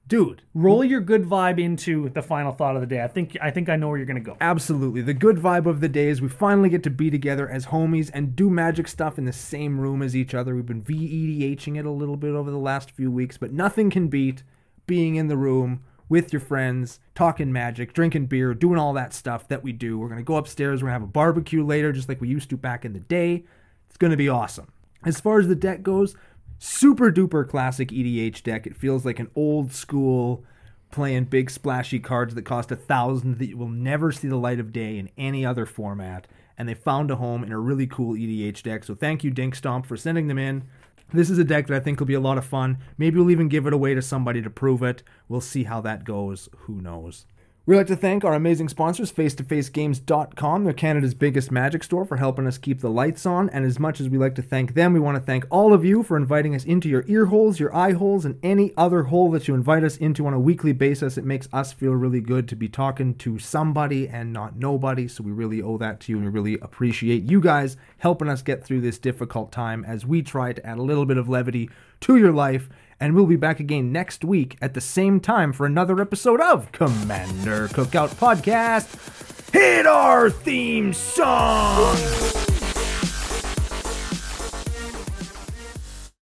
[SPEAKER 1] Dude,
[SPEAKER 2] roll your good vibe into the final thought of the day. I think I think I know where you're gonna go.
[SPEAKER 1] absolutely. The good vibe of the day is we finally get to be together as homies and do magic stuff in the same room as each other. We've been VEDHing it a little bit over the last few weeks, but nothing can beat being in the room with your friends, talking magic, drinking beer, doing all that stuff that we do. We're going to go upstairs, we're going to have a barbecue later, just like we used to back in the day. It's going to be awesome. As far as the deck goes, super duper classic EDH deck. It feels like an old school playing big splashy cards that cost a thousand that you will never see the light of day in any other format. And they found a home in a really cool EDH deck. So thank you, Dink Stomp, for sending them in. This is a deck that I think will be a lot of fun. Maybe we'll even give it away to somebody to prove it. We'll see how that goes. Who knows? We'd like to thank our amazing sponsors, face2facegames.com. They're Canada's biggest magic store for helping us keep the lights on. And as much as we like to thank them, we want to thank all of you for inviting us into your ear holes, your eye holes, and any other hole that you invite us into on a weekly basis. It makes us feel really good to be talking to somebody and not nobody. So we really owe that to you and we really appreciate you guys helping us get through this difficult time as we try to add a little bit of levity to your life and we'll be back again next week at the same time for another episode of Commander Cookout Podcast. Hit our theme song!